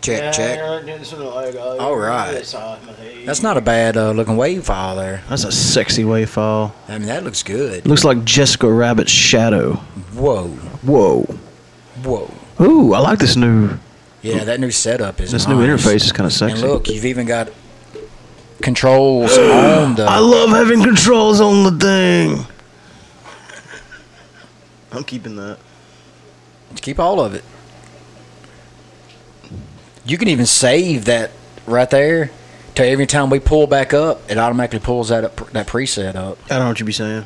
Check, check. All All right. That's not a bad uh, looking wave file there. That's a sexy wave file. I mean, that looks good. Looks like Jessica Rabbit's shadow. Whoa, Whoa. whoa. Ooh, I like this new Yeah, that new setup is this nice. new interface is kind And of sexy. look, you've even got controls on the. I love having controls on the thing. I'm keeping that. Keep all of it. You can even save that right there. To every time we pull back up, it automatically pulls that up, that preset up. I don't know what you be saying.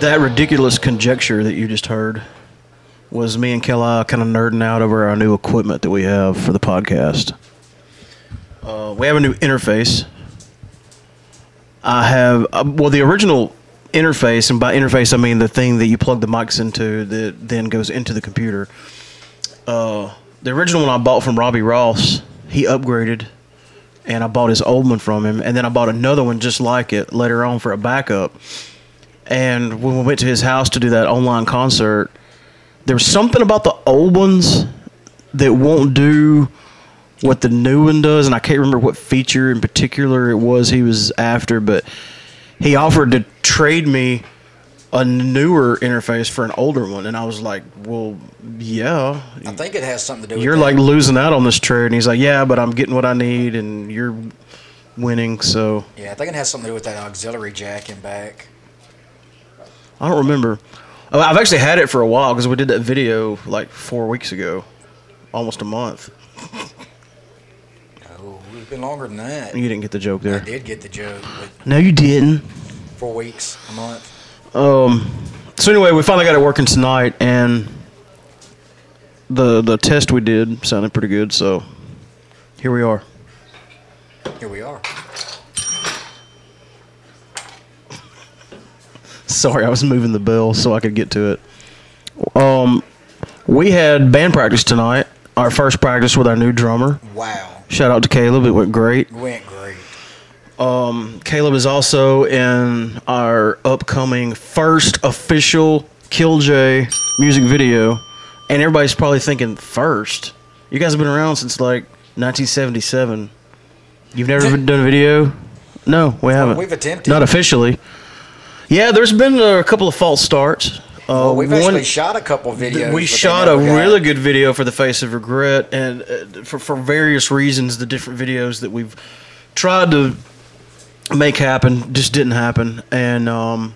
That ridiculous conjecture that you just heard was me and Kelly kind of nerding out over our new equipment that we have for the podcast. Uh, we have a new interface. I have uh, well the original interface, and by interface I mean the thing that you plug the mics into that then goes into the computer. Uh, the original one I bought from Robbie Ross. He upgraded, and I bought his old one from him, and then I bought another one just like it later on for a backup. And when we went to his house to do that online concert, there was something about the old ones that won't do what the new one does, and I can't remember what feature in particular it was he was after, but he offered to trade me a newer interface for an older one, and I was like, "Well, yeah, I think it has something to do. you're with like losing out on this trade." And he's like, "Yeah, but I'm getting what I need, and you're winning." So that. yeah, I think it has something to do with that auxiliary jack and back. I don't remember. Oh, I've actually had it for a while because we did that video like four weeks ago, almost a month. No, it's been longer than that. You didn't get the joke I there. did get the joke, but No, you didn't. four weeks, a month. Um. So anyway, we finally got it working tonight, and the the test we did sounded pretty good. So here we are. Here we are. Sorry, I was moving the bell so I could get to it. Um, we had band practice tonight. Our first practice with our new drummer. Wow, Shout out to Caleb. It went great. went great. Caleb is also in our upcoming first official Killjoy music video, and everybody's probably thinking first. You guys have been around since like 1977. You've never been- done a video? No, we haven't. we've attempted. Not officially. Yeah, there's been uh, a couple of false starts. Uh, Well, we've one- actually shot a couple videos. we shot a really good video for the face of regret and uh, for, for various reasons the different videos that we've tried to make happen just didn't happen and um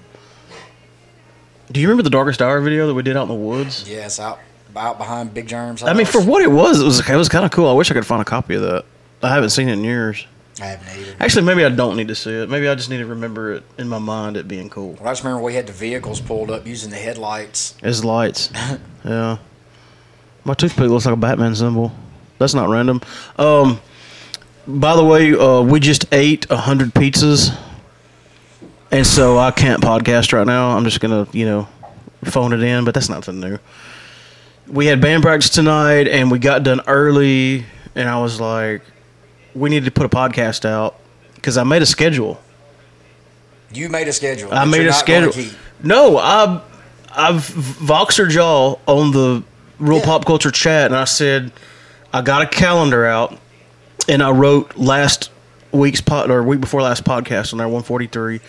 do you remember the darkest hour video that we did out in the woods Yes, out out behind Big Germs. i mean house. for what it was it was it was kind of cool i wish i could find a copy of that i haven't seen it in years I haven't either. actually maybe i don't need to see it maybe i just need to remember it in my mind it being cool Well, I just remember we had the vehicles pulled up using the headlights. It's lights. yeah. My toothpick looks like a Batman symbol. That's not random. Um, by the way, uh, we just ate a hundred pizzas, and so I can't podcast right now. I'm just gonna, you know, phone it in. But that's nothing new. We had band practice tonight, and we got done early. And I was like, we need to put a podcast out because I made a schedule. You made a schedule. I that made you're a not gonna schedule. keep. No, I I've voxered y'all on the real Yeah. pop culture chat, and I said I got a calendar out, and I wrote last week's pod or week before last podcast on there one forty three.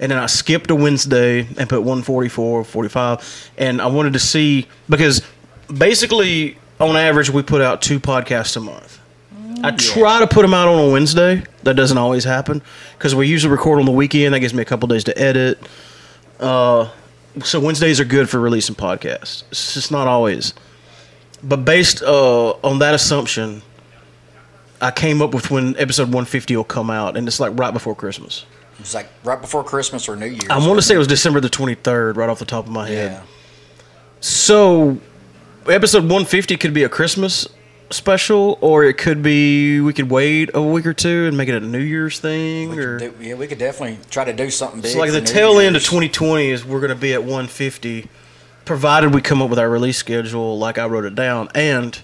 And then I skipped a Wednesday and put 144, 45. And I wanted to see, because basically, on average, we put out two podcasts a month. I try to put them out on a Wednesday. That doesn't always happen because we usually record on the weekend. That gives me a couple days to edit. Uh, so Wednesdays are good for releasing podcasts. It's just not always. But based uh, on that assumption, I came up with when episode 150 will come out, and it's like right before Christmas. It was like right before Christmas or New Year's. I want to say it was December the 23rd, right off the top of my head. Yeah. So, episode 150 could be a Christmas special, or it could be we could wait a week or two and make it a New Year's thing, We or could do- yeah, we could definitely try to do something big. so like for the New tail end of Year's. 2020 is we're going to be at 150, provided we come up with our release schedule like I wrote it down, and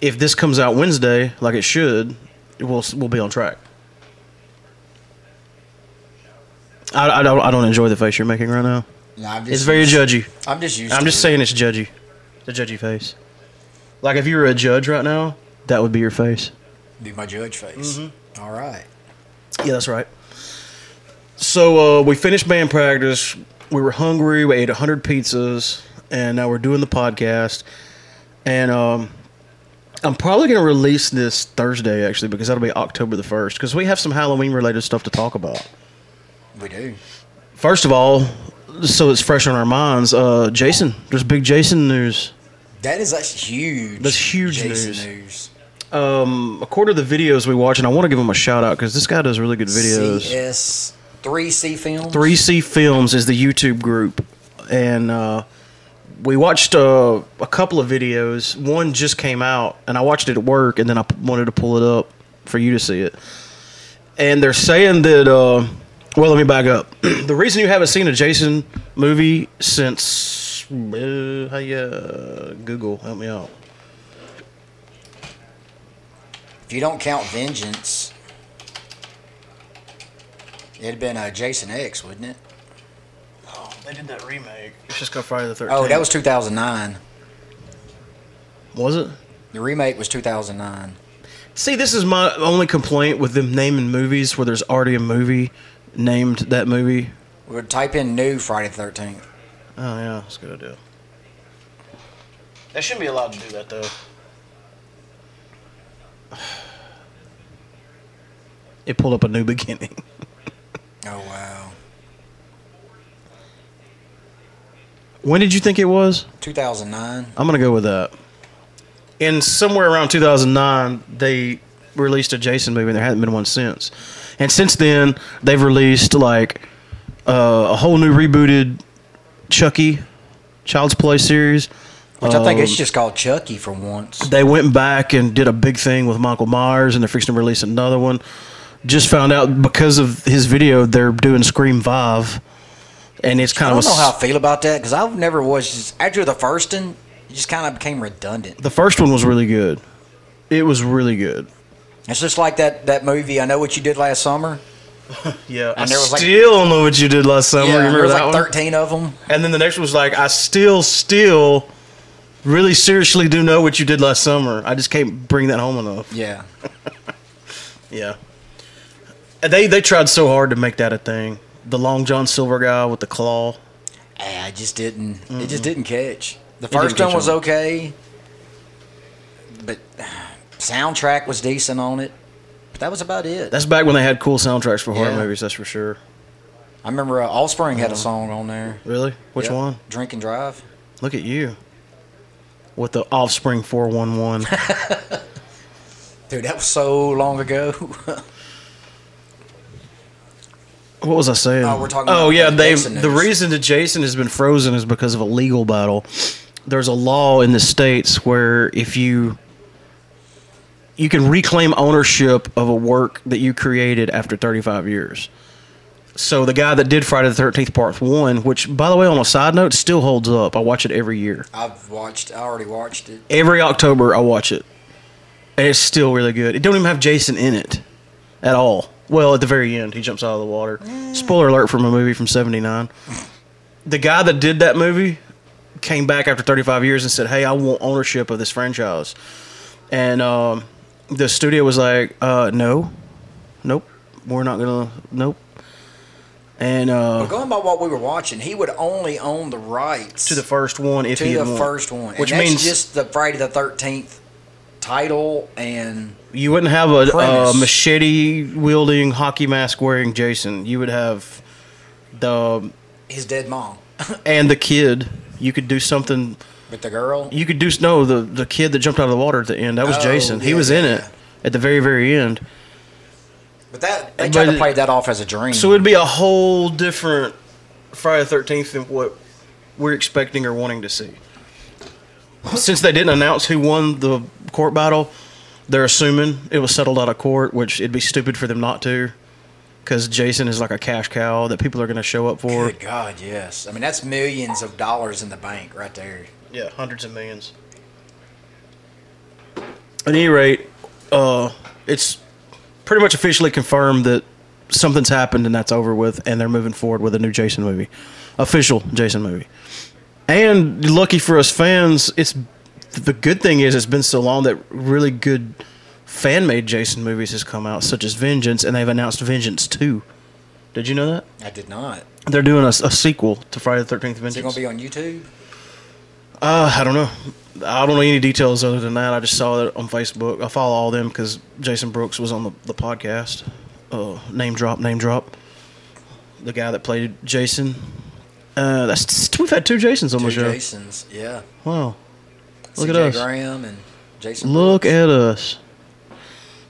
if this comes out Wednesday like it should, it will we'll be on track. I, I don't I don't enjoy the face you're making right now. Nah, I'm just It's very used- judgy. I'm just used. I'm to just it. saying it's judgy. The judgy face. Like if you were a judge right now, that would be your face. Be my judge face. Mm-hmm. All right. Yeah, that's right. So uh, we finished band practice. We were hungry. We ate 100 pizzas, and now we're doing the podcast. And um, I'm probably going to release this Thursday, actually, because that'll be October the 1st, because we have some Halloween related stuff to talk about. We do. First of all, so it's fresh on our minds, uh, Jason. There's big Jason news. That is actually huge. That's huge Jason news. news. um, according to the videos we watch, and I want to give him a shout out because this guy does really good videos. CS three C films. Three C Films is the YouTube group, and uh, we watched uh, a couple of videos. One just came out, and I watched it at work, and then I p- wanted to pull it up for you to see it. And they're saying that. Uh, well, let me back up. the reason you haven't seen a Jason movie since, uh, hey, uh, Google, help me out. If you don't count Vengeance, it'd been a Jason X, wouldn't it? Oh, they did that remake. It's just called Friday the Thirteenth. Oh, that was 2009. was it? The remake was 2009. See, this is my only complaint with them naming movies where there's already a movie named that movie. We would type in new Friday the 13th. Oh yeah, that's a good idea. They shouldn't be allowed to do that though. It pulled up a new beginning. Oh wow, When did you think it was? 2009. I'm gonna go with that. In somewhere around 2009, they released a Jason movie, and there hasn't been one since. And since then, they've released like uh, a whole new rebooted Chucky Child's Play series. Which I think Um, it's just called Chucky for once. They went back and did a big thing with Michael Myers, and they're fixing to release another one. Just found out because of his video, they're doing Scream Five, and it's I kind don't of a know s- how I feel about that because I've never was just after the first one, it just kind of became redundant. the first one was really good. It was really good. It's just like that that movie. I know what you did last summer. Yeah, I And there was, like- still don't know what you did last summer. You there remember was that like one? 13 of them. And then the next one was like, I still, still, really seriously do know what you did last summer. I just can't bring that home enough. Yeah, Yeah, And they they tried so hard to make that a thing. The Long John Silver guy with the claw. Eh, I just didn't. It just didn't catch. The didn't first catch one was on. okay, but soundtrack was decent on it. But that was about it. That's back when they had cool soundtracks for horror Yeah. movies. That's for sure. I remember uh, Allspring had a song on there. Really? Uh-huh. Which Yep. one? Drink and Drive. Look at you. With the offspring four one one. Dude, that was so long ago. What was I saying? Oh, we're talking about Oh yeah, the they. Jason The news. reason that Jason has been frozen is because of a legal battle. There's a law in the states where if you you can reclaim ownership of a work that you created after 35 years. So the guy that did Friday the 13th Part 1, which by the way on a side note still holds up. I watch it every year. I've watched. I already watched it. Every October I watch it. And it's still really good. It don't even have Jason in it at all. Well, at the very end, he jumps out of the water. Spoiler alert from a movie from 79. The guy that did that movie came back after 35 years and said, "Hey, I want ownership of this franchise." And um, the studio was like, uh, "No. Nope. We're not going to nope." And uh, Going by what we were watching, he would only own the rights to the first one if to he had the won. first one, which and that's means just the Friday the Thirteenth title and You wouldn't have a, a Premise. machete wielding, hockey mask wearing Jason. You would have the his dead mom. and the kid. You could do something. But the girl, You could do no the the kid that jumped out of the water at the end. That was Oh, Jason. he yeah, was yeah, in yeah. it at the very very end. but that they But tried to it- play that off as a dream. So it'd be a whole different Friday the Thirteenth than what we're expecting or wanting to see. Since they didn't announce who won the court battle, they're assuming it was settled out of court, which it'd be stupid for them not to, because Jason is like a cash cow that people are going to show up for. Good God, yes. I mean, that's millions of dollars in the bank right there. Yeah, hundreds of millions. At any rate, uh, it's pretty much officially confirmed that something's happened and that's over with, and they're moving forward with a new Jason movie, official Jason movie. And lucky for us fans, it's the good thing is it's been so long that really good fan made Jason movies has come out, such as Vengeance, and they've announced Vengeance Two. Did you know that I did not. Is they're doing a, a sequel to Friday the Thirteenth Vengeance? it going to be on YouTube? Uh, I don't know. I don't know any details other than that. I just saw it on Facebook. I follow all them because Jason Brooks was on the, the podcast. Uh, name drop, name drop. The guy that played Jason. Uh, that's we've had two Jasons on Two the show. Jasons, yeah. Wow, Look at CJ us. Graham and Jason. look at us! A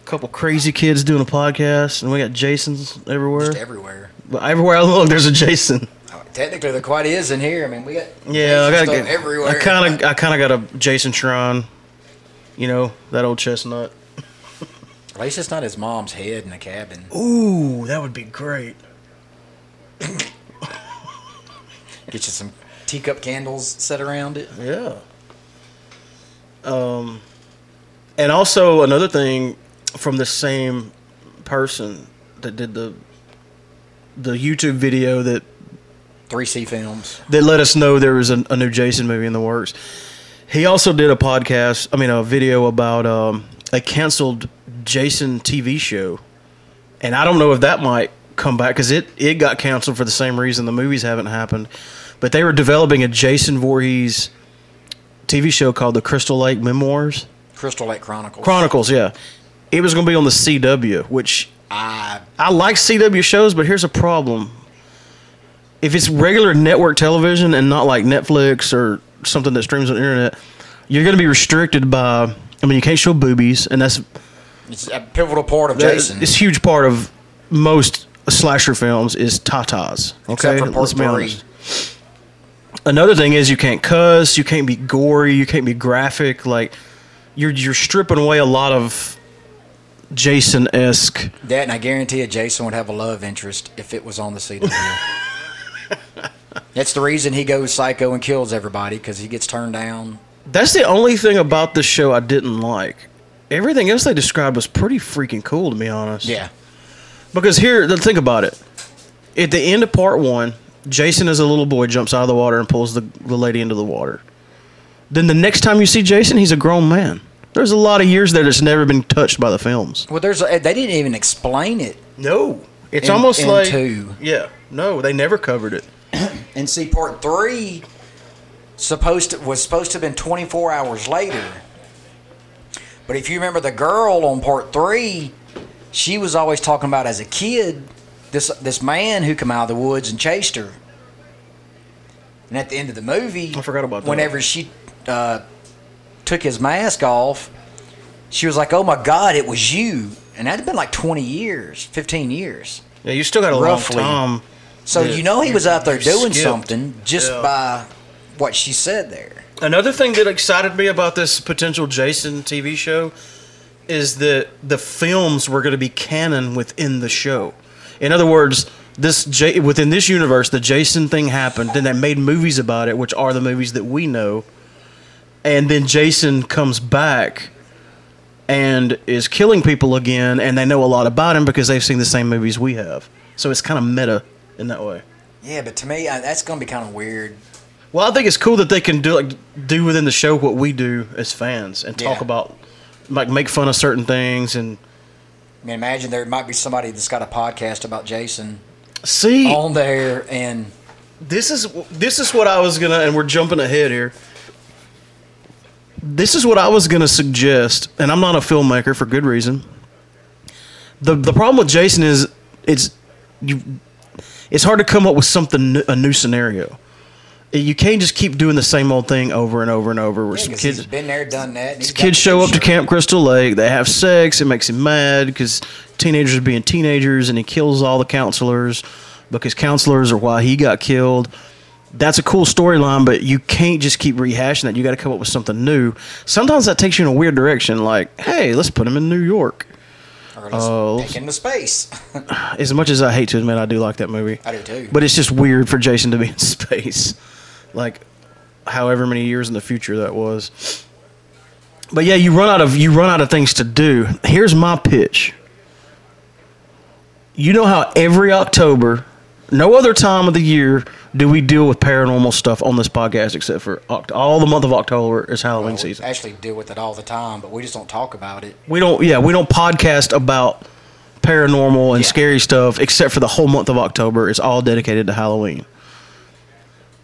couple crazy kids doing a podcast, and we got Jasons everywhere. Just everywhere. Uh, But everywhere I look, there's a Jason. Technically, there quite is in here. I mean, we got Yeah, I gotta stuff get everywhere. I kind of, I kind of got a Jason Tron. You know that old chestnut. At least it's not his mom's head in the cabin. Ooh, that would be great. Get you some teacup candles set around it. Yeah. Um, and also another thing from the same person that did the the YouTube video that Three C films. that let us know there was a, a new Jason movie in the works. He also did a podcast, I mean, a video about um, a canceled Jason TV show, and I don't know if that might come back because it it got canceled for the same reason the movies haven't happened. But they were developing a Jason Voorhees TV show called The Crystal Lake Memoirs Crystal Lake Chronicles. Chronicles. Yeah, it was going to be on the CW, which I I like CW shows, but here's a problem. If it's regular network television and not like Netflix or something that streams on the internet, you're going to be restricted by. I mean, you can't show boobies, and that's it's a pivotal part of that- Jason. It's a huge part of most slasher films is tatas. Okay, Except for part Let's be three. honest. Another thing is you can't cuss, you can't be gory, you can't be graphic. Like you're you're stripping away a lot of Jason esque. That and I guarantee you, Jason would have a love interest if it was on the CW. That's the reason he goes psycho and kills everybody because he gets turned down. That's the only thing about this show I didn't like. Everything else they described was pretty freaking cool, to be honest. Yeah, Because here, th- think about it. At the end of part one, Jason, as a little boy, jumps out of the water and pulls the, the lady into the water. Then the next time you see Jason, he's a grown man. There's a lot of years there that's never been touched by the films. well, there's a, they didn't even explain it. No. It's In- almost in like. two. Yeah. No, they never covered it. And see, part three supposed to, was supposed to have been 24 hours later. But if you remember the girl on part three, she was always talking about as a kid this this man who came out of the woods and chased her. And at the end of the movie, I forgot about that. Whenever she uh, took his mask off, she was like, "Oh my God, it was you!" And that had been like 20 years, 15 years. Yeah, you still got a Roughly. long time. So Yeah. you know he was out there You doing skipped. something just Yeah. by what she said there. Another thing that excited me about this potential Jason TV show is that the films were going to be canon within the show. In other words, this J- within this universe, the Jason thing happened. Then they made movies about it, which are the movies that we know. And then Jason comes back and is killing people again, and they know a lot about him because they've seen the same movies we have. So it's kind of meta in that way. Yeah, but to me, I, that's going to be kind of weird. Well, I think it's cool that they can do like do within the show what we do as fans and talk Yeah. about like make fun of certain things and I mean, imagine there might be somebody that's got a podcast about Jason see on there, and this is this is what I was gonna and we're jumping ahead here. This is what I was gonna suggest, and I'm not a filmmaker for good reason. the The problem with Jason is it's you. It's hard to come up with something new, a new scenario. You can't just keep doing the same old thing over and over and over. Where yeah, some 'cause kids he's been there, done that. and he's got kids the show up to picture. Camp Crystal Lake. They have sex. It makes him mad because teenagers are being teenagers, and he kills all the counselors because counselors are why he got killed. that's a cool storyline, but you can't just keep rehashing that. You got to come up with something new. Sometimes that takes you in a weird direction. Like, hey, let's put him in New York. Or let's Oh. take him to space. As much as I hate to admit, I do like that movie. I do too. But it's just weird for Jason to be in space, like however many years in the future that was. But yeah, you run out of you run out of things to do. Here's my pitch. You know how every October, no other time of the year do we deal with paranormal stuff on this podcast except for Oct- all the month of October is Halloween we season. actually deal with it all the time, but we just don't talk about it. We don't yeah, we don't podcast about paranormal and Yeah. scary stuff except for the whole month of October. It's all dedicated to Halloween.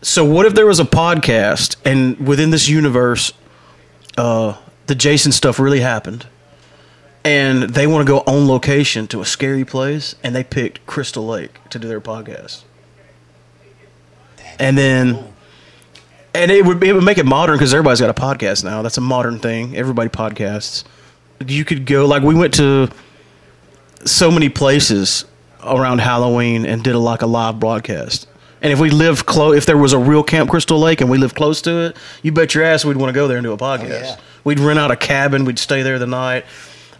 So what if there was a podcast and within this universe uh the Jason stuff really happened and they want to go on location to a scary place and they picked Crystal Lake to do their podcast. And then and it would it would make it modern because everybody's got a podcast now. That's a modern thing. Everybody podcasts. You could go like we went to so many places around Halloween and did a, like a live broadcast. And if we lived close, if there was a real Camp Crystal Lake and we lived close to it, you bet your ass we'd want to go there and do a podcast. yeah. We'd rent out a cabin. We'd stay there the night,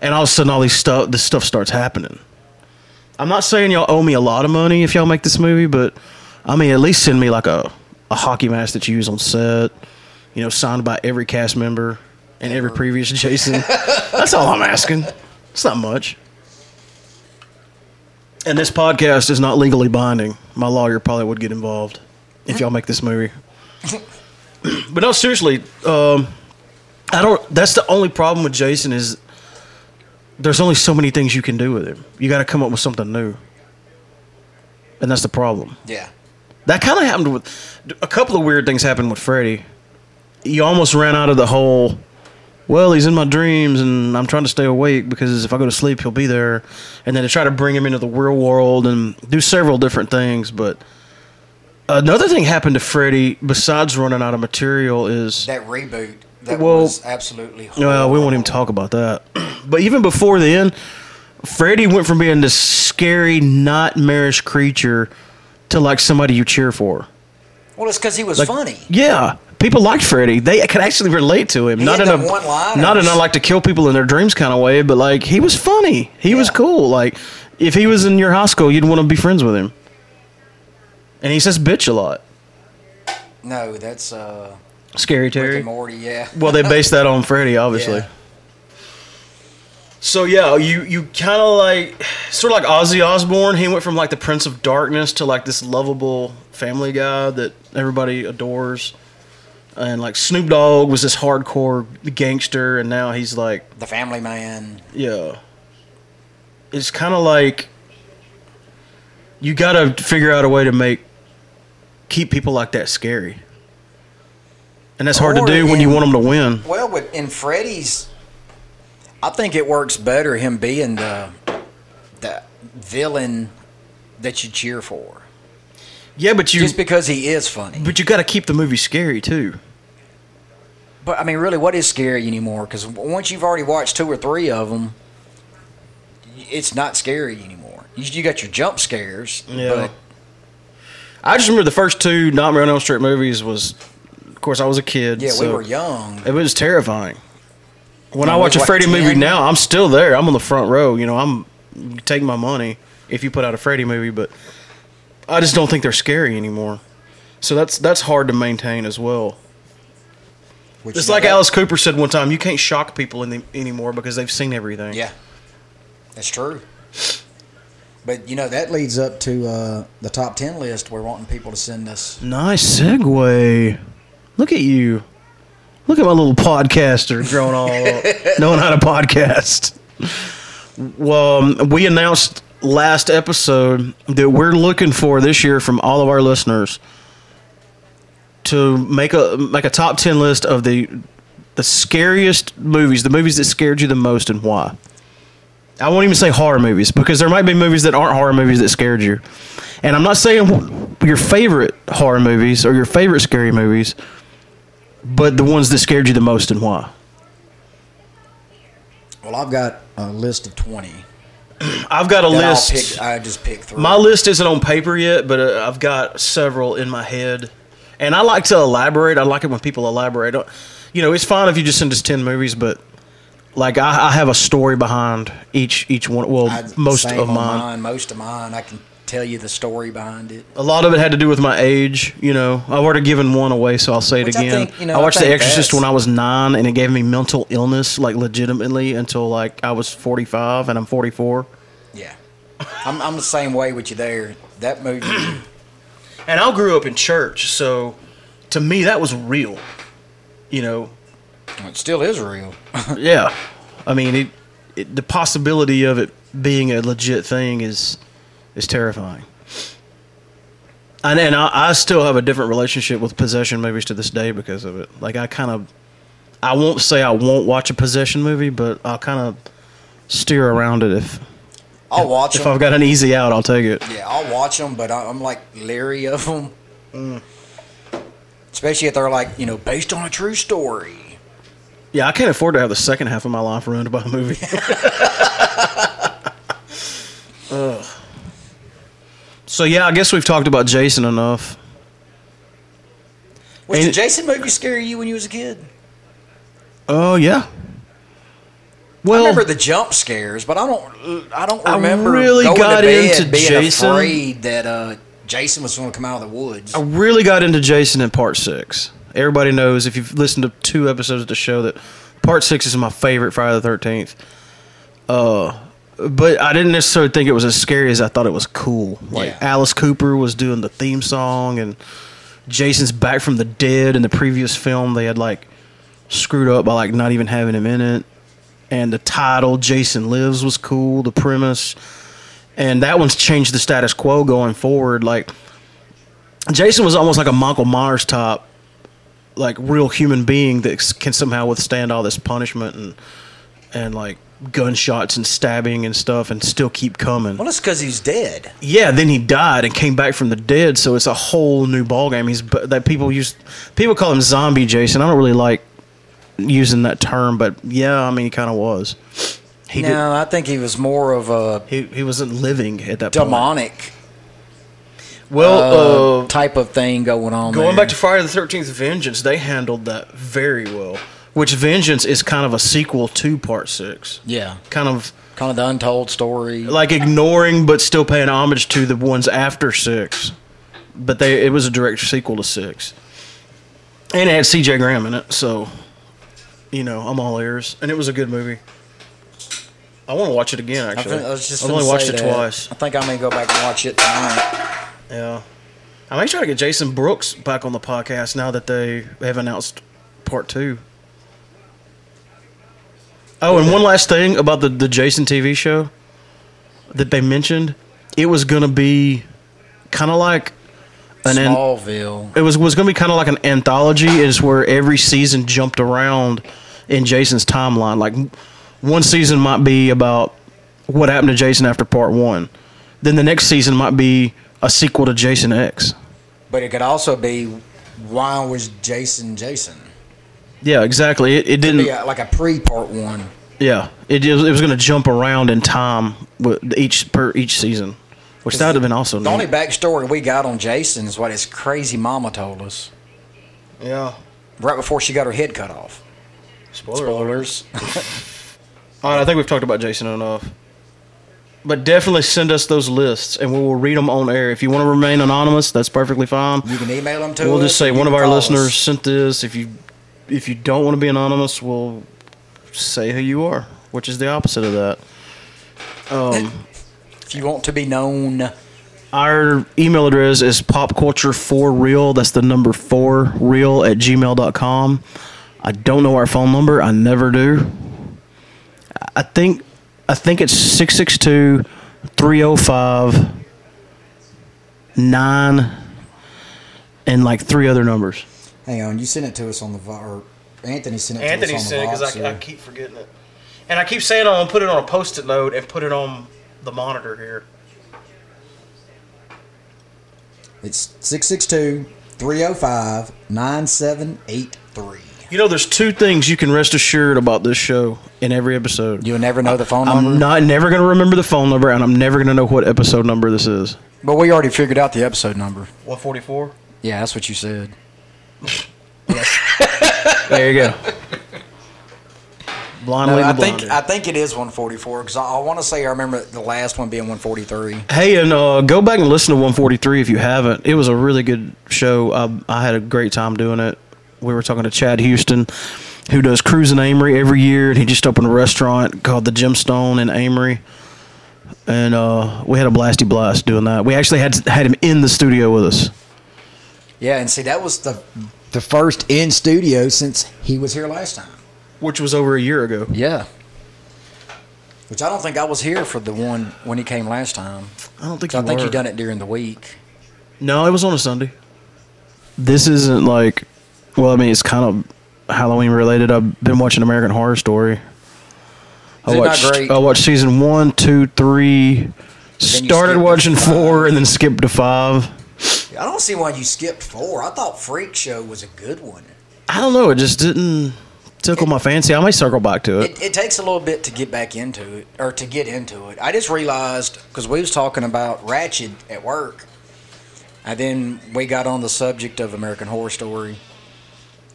and all of a sudden, all these stuff this stuff starts happening. I'm not saying y'all owe me a lot of money if y'all make this movie, but I mean, at least send me like a, a hockey mask that you use on set, you know, signed by every cast member and every previous Jason. That's all I'm asking. It's not much. And this podcast is not legally binding. My lawyer probably would get involved if y'all make this movie. but no, seriously, um, I don't. That's the only problem with Jason is there's only so many things you can do with him. You got to come up with something new, and that's the problem. Yeah. That kind of happened with a couple of weird things happened with Freddy. You almost ran out of the whole. Well, he's in my dreams, and I'm trying to stay awake because if I go to sleep, he'll be there. And then to try to bring him into the real world and do several different things. But another thing happened to Freddy besides running out of material is That reboot that Well, was absolutely horrible. well, we won't even talk about that. but even before then, Freddy went from being this scary, nightmarish creature to like somebody you cheer for. Well, it's because he was funny. Yeah, people liked Freddy. They could actually relate to him. He not in had a the one-liners. not in a like to kill people in their dreams kind of way, but like he was funny. He was Yeah. cool. Like if he was in your high school, you'd want to be friends with him. And he says bitch a lot. No, that's uh, Scary Rick Terry. and Morty. Yeah. Well, they based that on Freddy, obviously. Yeah. So yeah, you you kind of like sort of like Ozzy Osbourne. He went from like the Prince of Darkness to like this lovable family guy that everybody adores, and like Snoop Dogg was this hardcore gangster, and now he's like the Family Man. yeah. It's kind of like you got to figure out a way to make keep people like that scary, and that's hard Or to do when you in- want them to win. Well, with in Freddy's, I think it works better him being the the villain that you cheer for, Yeah, but you just because he is funny. But you got to keep the movie scary too. But I mean, really, what is scary anymore? Because once you've already watched two or three of them, it's not scary anymore. You, you got your jump scares, Yeah. but I just remember the first two Nightmare on Elm Street movies was, of course, I was a kid. yeah, we so uh, were young. It was terrifying. When Yeah, I we watch a was, what, Freddy 10? movie now, I'm still there. I'm on the front row. You know, I'm taking my money if you put out a Freddy movie, but I just don't think they're scary anymore. So that's that's hard to maintain as well. Which It's you know like that- Alice Cooper said one time, you can't shock people any anymore because they've seen everything. Yeah, that's true. But you know that leads up to uh, the top ten list. We're wanting people to send us. Nice segue. Look at you. Look at my little podcaster growing all up, knowing how to podcast. Well, um, we announced last episode that we're looking for this year from all of our listeners to make a make a top ten list of the the scariest movies, the movies that scared you the most, and why. I won't even say horror movies because there might be movies that aren't horror movies that scared you. And I'm not saying wh- your favorite horror movies or your favorite scary movies, but the ones that scared you the most and why. Well, I've got a list of twenty. I've got a that I'll list. pick- I just picked three. My list isn't on paper yet, but uh, I've got several in my head. And I like to elaborate. I like it when people elaborate. Uh, You know, it's fine if you just send us ten movies, but like I, I have a story behind each each one. Well, I'd- most same of on mine. Most of mine. I can tell you the story behind it. A lot of it had to do with my age. You know, I've already given one away, so I'll say it Which I again. I, think, you know, I watched The think Exorcist that's- when I was nine, and it gave me mental illness, like legitimately, until like I was forty five, and I'm forty four. Yeah, I'm, I'm the same way with you there. That movie, And I grew up in church, so to me that was real. You know, it still is real. yeah. I mean, it, it the possibility of it being a legit thing is is terrifying. And and I, I still have a different relationship with possession movies to this day because of it. Like I kind of, I won't say I won't watch a possession movie, but I'll kind of steer around it if I'll watch if them. I've got an easy out, I'll take it. yeah, I'll watch them, but I- I'm like leery of them. Mm. Especially if they're like you know based on a true story. Yeah, I can't afford to have the second half of my life ruined by a movie. Ugh. So yeah, I guess we've talked about Jason enough. Was And- the Jason movie scare you when you was a kid? Oh yeah. Well, I remember the jump scares, but I don't. I don't I remember really going got to bed into being Jason. Oh. afraid that uh, Jason was going to come out of the woods. I really got into Jason in part six. Everybody knows if you've listened to two episodes of the show that part six is my favorite Friday the Thirteenth. Uh, but I didn't necessarily think it was as scary as I thought it was cool. Like Yeah. Alice Cooper was doing the theme song, and Jason's back from the dead. In the previous film, they had like screwed up by like not even having him in it. And the title Jason Lives was cool. The premise, and that one's changed the status quo going forward. Like Jason was almost like a Michael Myers type, like real human being that s- can somehow withstand all this punishment and and like gunshots and stabbing and stuff and still keep coming. Well, that's because he's dead. Yeah, then he died and came back from the dead, so it's a whole new ballgame. He's bu- that people use people call him zombie Jason. I don't really like using that term, but yeah, I mean he kind of was. He did, No, I think he was more of a he he wasn't living at that point. demonic Well, uh, type of thing going on. Going there. back to Friday the Thirteenth Vengeance, they handled that very well. Which Vengeance is kind of a sequel to Part Six, yeah, kind of kind of the untold story. like ignoring but still paying homage to the ones after Six. But they it was a direct sequel to Six, and it had C.J. Graham in it, so you know I'm all ears, and it was a good movie. I want to watch it again. I, Actually, fin- I was just I've finna only watched say it that. twice. I think I may go back and watch it tonight. Yeah. I may try to get Jason Brooks back on the podcast now that they have announced part two. Oh, and one last thing about the, the Jason TV show that they mentioned. It was going to be kind of like an. an- Smallville. it was, was going to be kind of like an anthology, is where every season jumped around in Jason's timeline. Like one season might be about what happened to Jason after part one, then the next season might be a sequel to Jason X. But it could also be why was Jason Jason? Yeah, exactly. It, it didn't. Yeah, like a pre part one. Yeah, it it was, it was going to jump around in time with each per each season, which that would have been awesome. The only backstory we got on Jason is what his crazy mama told us yeah. right before she got her head cut off. Spoiler. Spoilers. All right, I think we've talked about Jason enough. But definitely send us those lists, and we will read them on air. If you want to remain anonymous, that's perfectly fine. You can email them to us. We'll just say you one of can our call us. listeners sent this. If you if you don't want to be anonymous, we'll say who you are, which is the opposite of that. If you want to be known, Our email address is popculture4real. That's the number 4 real at gmail.com. I don't know our phone number. I never do. I think I think it's 662 305 9 and like three other numbers. Hang on, you sent it to us on the vo- or Anthony sent it to us on the Vox, or- keep forgetting it. And I keep saying oh, I'm going to put it on a post it note and put it on the monitor here. It's 662-305-9783. You know, there's two things you can rest assured about this show in every episode. You'll never know the phone number. I'm not never gonna remember the phone number, and I'm never gonna know what episode number this is. but we already figured out the episode number. One forty four. Yeah, that's what you said. There you go. Blind No, leading I the think blind. I think it is 144 because I, I want to say I remember the last one being 143. Hey, and uh, go back and listen to 143 if you haven't. It was a really good show. I, I had a great time doing it. We were talking to Chad Houston, who does Cruising Amory every year, and he just opened a restaurant called the Gemstone in Amory. And uh, we had a blasty blast doing that. We actually had had him in the studio with us. Yeah, and see that was the the first in studio since he was here last time. which was over a year ago. Yeah. Which I don't think I was here for the one when he came last time. I don't think So I you think were. you done it during the week. No, it was on a Sunday. This isn't like, well, I mean, it's kind of Halloween related. I've been watching American Horror Story. I Is it not watched, great? I watched season one, two, three. you skipped Started to watching five. four and then skipped to five. I don't see why you skipped four. I thought Freak Show was a good one. I don't know. It just didn't tickle my fancy. I may circle back to it. It, it takes a little bit to get back into it or to get into it. I just realized because we was talking about Ratchet at work, and then we got on the subject of American Horror Story.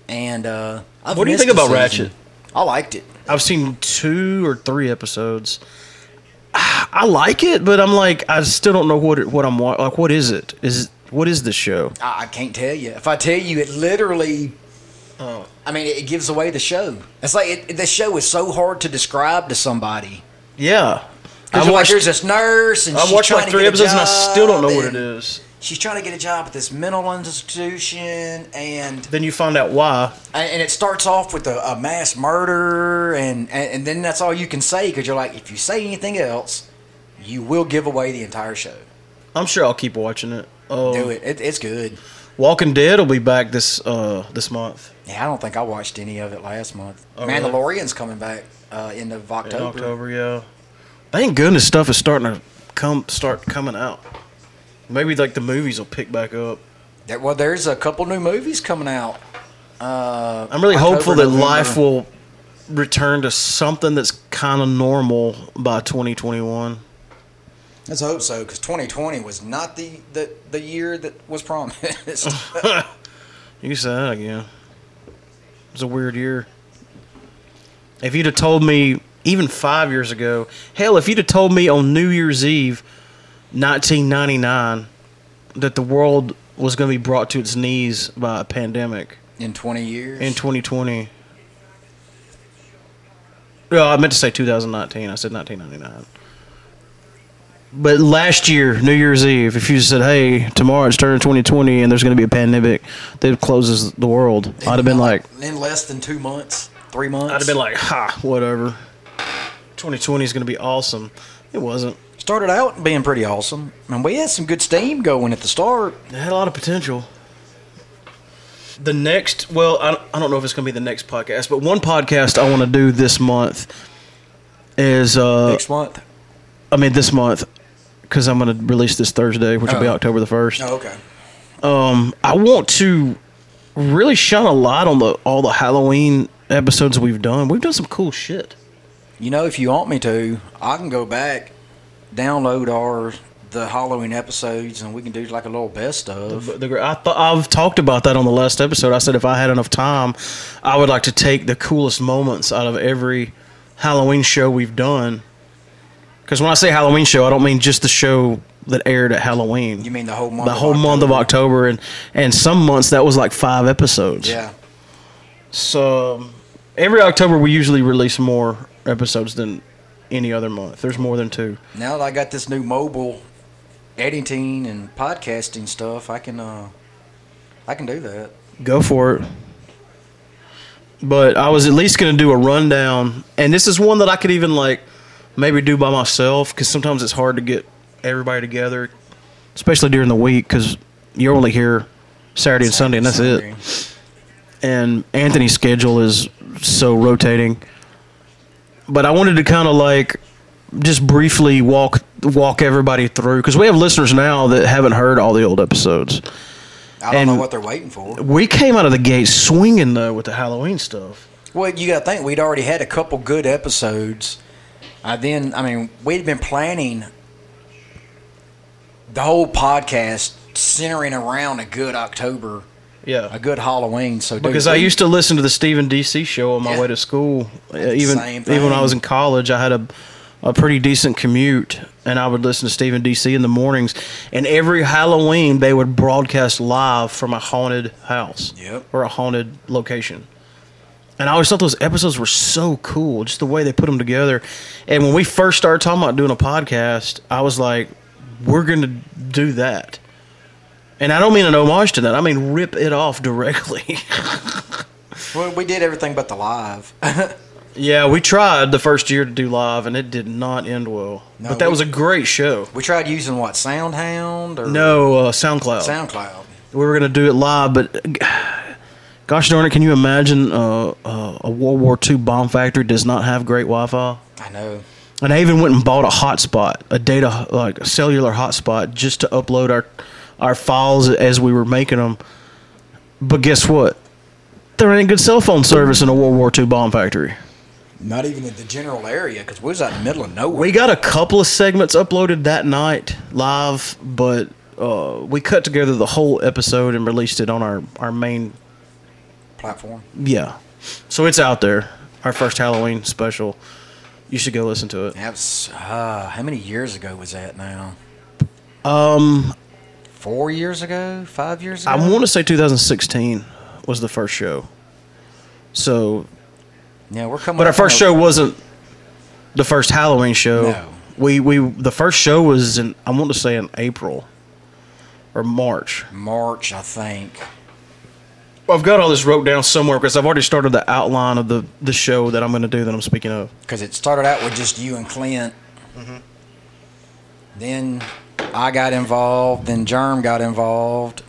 And uh, I've What do you missed think the about season. Ratchet? I liked it. I've seen two or three episodes. I I like it, but I'm like, I still don't know what it, what I'm wa- like. What is it? Is what is this show? I, I can't tell you. If I tell you, it literally. I mean, it, it gives away the show. It's like it, it- the show is so hard to describe to somebody. Yeah, Because like, there's this nurse, and I've she's watched trying like to three get a episodes and I still don't know job, what it and is. She's trying to get a job at this mental institution, and Then you find out why. and it starts off with a, a mass murder, and, and and then that's all you can say because you're like, if you say anything else, you will give away the entire show. I'm sure I'll keep watching it. Oh, Do it. it it's good. Walking Dead will be back this uh this month Yeah, I don't think I watched any of it last month. Oh, really? Mandalorian's coming back uh, end of October. in October. Yeah, thank goodness stuff is starting to come start coming out. Maybe like the movies will pick back up. There- well, there's a couple new movies coming out. Uh, I'm really October, hopeful that November. life will return to something that's kind of normal by 2021. Let's hope so, because 2020 was not the, the, the year that was promised. You can say that again. It's a weird year. If you'd have told me even five years ago, hell, if you'd have told me on New Year's Eve, 1999, that the world was going to be brought to its knees by a pandemic in 20 years. in 2020. Well, I meant to say 2019. I said 1999. But last year, New Year's Eve, if you said, "Hey, tomorrow it's turning 2020 and there's going to be a pandemic that closes the world," I'd have been like, in less than two months, three months. "I'd have been like, ha, whatever. 2020 is going to be awesome." It wasn't. started out being pretty awesome, and we had some good steam going at the start. It had a lot of potential. The next, well, I, I don't know if it's going to be the next podcast, but one podcast I want to do this month is uh, Next month. I mean, this month, because I'm going to release this Thursday, which will be Oh. October the first. Oh, okay. Um, I want to really shine a light on the all the Halloween episodes we've done. We've done some cool shit. You know, if you want me to, I can go back, download our the Halloween episodes, and we can do like a little best of. But the, I th- I've talked about that on the last episode. I said if I had enough time, I would like to take the coolest moments out of every Halloween show we've done. Because when I say Halloween show, I don't mean just the show that aired at Halloween. You mean the whole month? the whole month of October, and and some months that was like five episodes. Yeah. So every October we usually release more episodes than any other month. There's more than two. Now that I got this new mobile editing and podcasting stuff, I can uh, I can do that. Go for it. But I was at least going to do a rundown, and this is one that I could even like maybe do by myself because sometimes it's hard to get everybody together, especially during the week because you're only here Saturday and Sunday, and that's it. and Anthony's schedule is so rotating. But I wanted to kind of like just briefly walk walk everybody through because we have listeners now that haven't heard all the old episodes. I don't know And- what they're waiting for. We came out of the gate swinging though with the Halloween stuff. Well, you got to think we'd already had a couple good episodes. I then, I mean, we'd been planning the whole podcast centering around a good October Yeah. a good Halloween. So dude, Because I we- used to listen to the Stephen DC show on my Yeah. way to school. Uh, Even Same even when I thing. was in college, I had a a pretty decent commute, and I would listen to Stephen DC in the mornings. And every Halloween, they would broadcast live from a haunted house Yep. or a haunted location. And I always thought those episodes were so cool, just the way they put them together. And when we first started talking about doing a podcast, I was like, "We're going to do that." And I don't mean an homage to that. I mean rip it off directly. well, we did everything but the live. Yeah, we tried the first year to do live, and it did not end well. No, but that we- was a great show. we tried using what SoundHound or No, uh, SoundCloud. SoundCloud. we were going to do it live, but gosh darn it, can you imagine uh, uh, a World War II bomb factory does not have great Wi Fi? I know. And I even went and bought a hotspot, a data like a cellular hotspot, just to upload our our files as we were making them. But guess what? There ain't good cell phone service in a World War II bomb factory. Not even in the general area because we was out in the middle of nowhere. We got a couple of segments uploaded that night live, but uh, we cut together the whole episode and released it on our, our main. platform. Yeah. So it's out there. Our first Halloween special. You should go listen to it. That was uh, how many years ago was that now? Um, Four years ago? Five years ago? I want to say 2016 was the first show. So, Yeah, we're coming. but our up on first a- show wasn't the first Halloween show. No. We we the first show was in I want to say in April or March. March, I think. Well, I've got all this wrote down somewhere because I've already started the outline of the, the show that I'm going to do that I'm speaking of. because it started out with just you and Clint. Then I got involved. Then Germ got involved.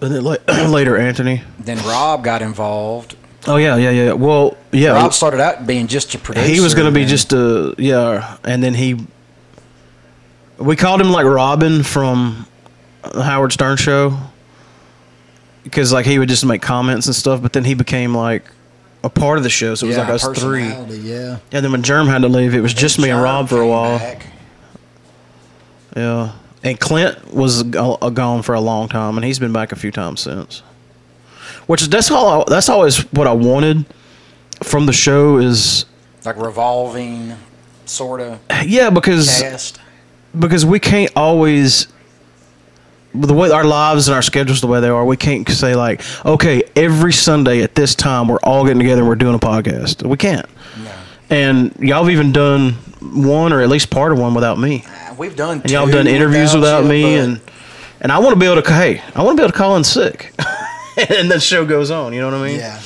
And then la- later, Anthony. Then Rob got involved. Oh yeah, yeah, yeah. Well, yeah. Rob started out being just a producer. Oh. he was going to be and- just a yeah, and then he. We called him like Robin from the Howard Stern show because like he would just make comments and stuff, but then he became like a part of the show, so it was Yeah, like us three. personality, Yeah, And then when Germ had to leave, it was just me and Germ Rob for a came while. back. Yeah. And Clint was go- uh, gone for a long time, and he's been back a few times since. Which is that's all. I, that's always what I wanted from the show is like revolving sort of yeah because cast. because we can't always the way our lives and our schedules the way they are we can't say like okay every Sunday at this time we're all getting together and we're doing a podcast we can't No. and y'all have even done one or at least part of one without me. Uh, We've done. and y'all have two done interviews without, you, me but and and I want to be able to hey I want to be able to call in sick and the show goes on you know what I mean yeah.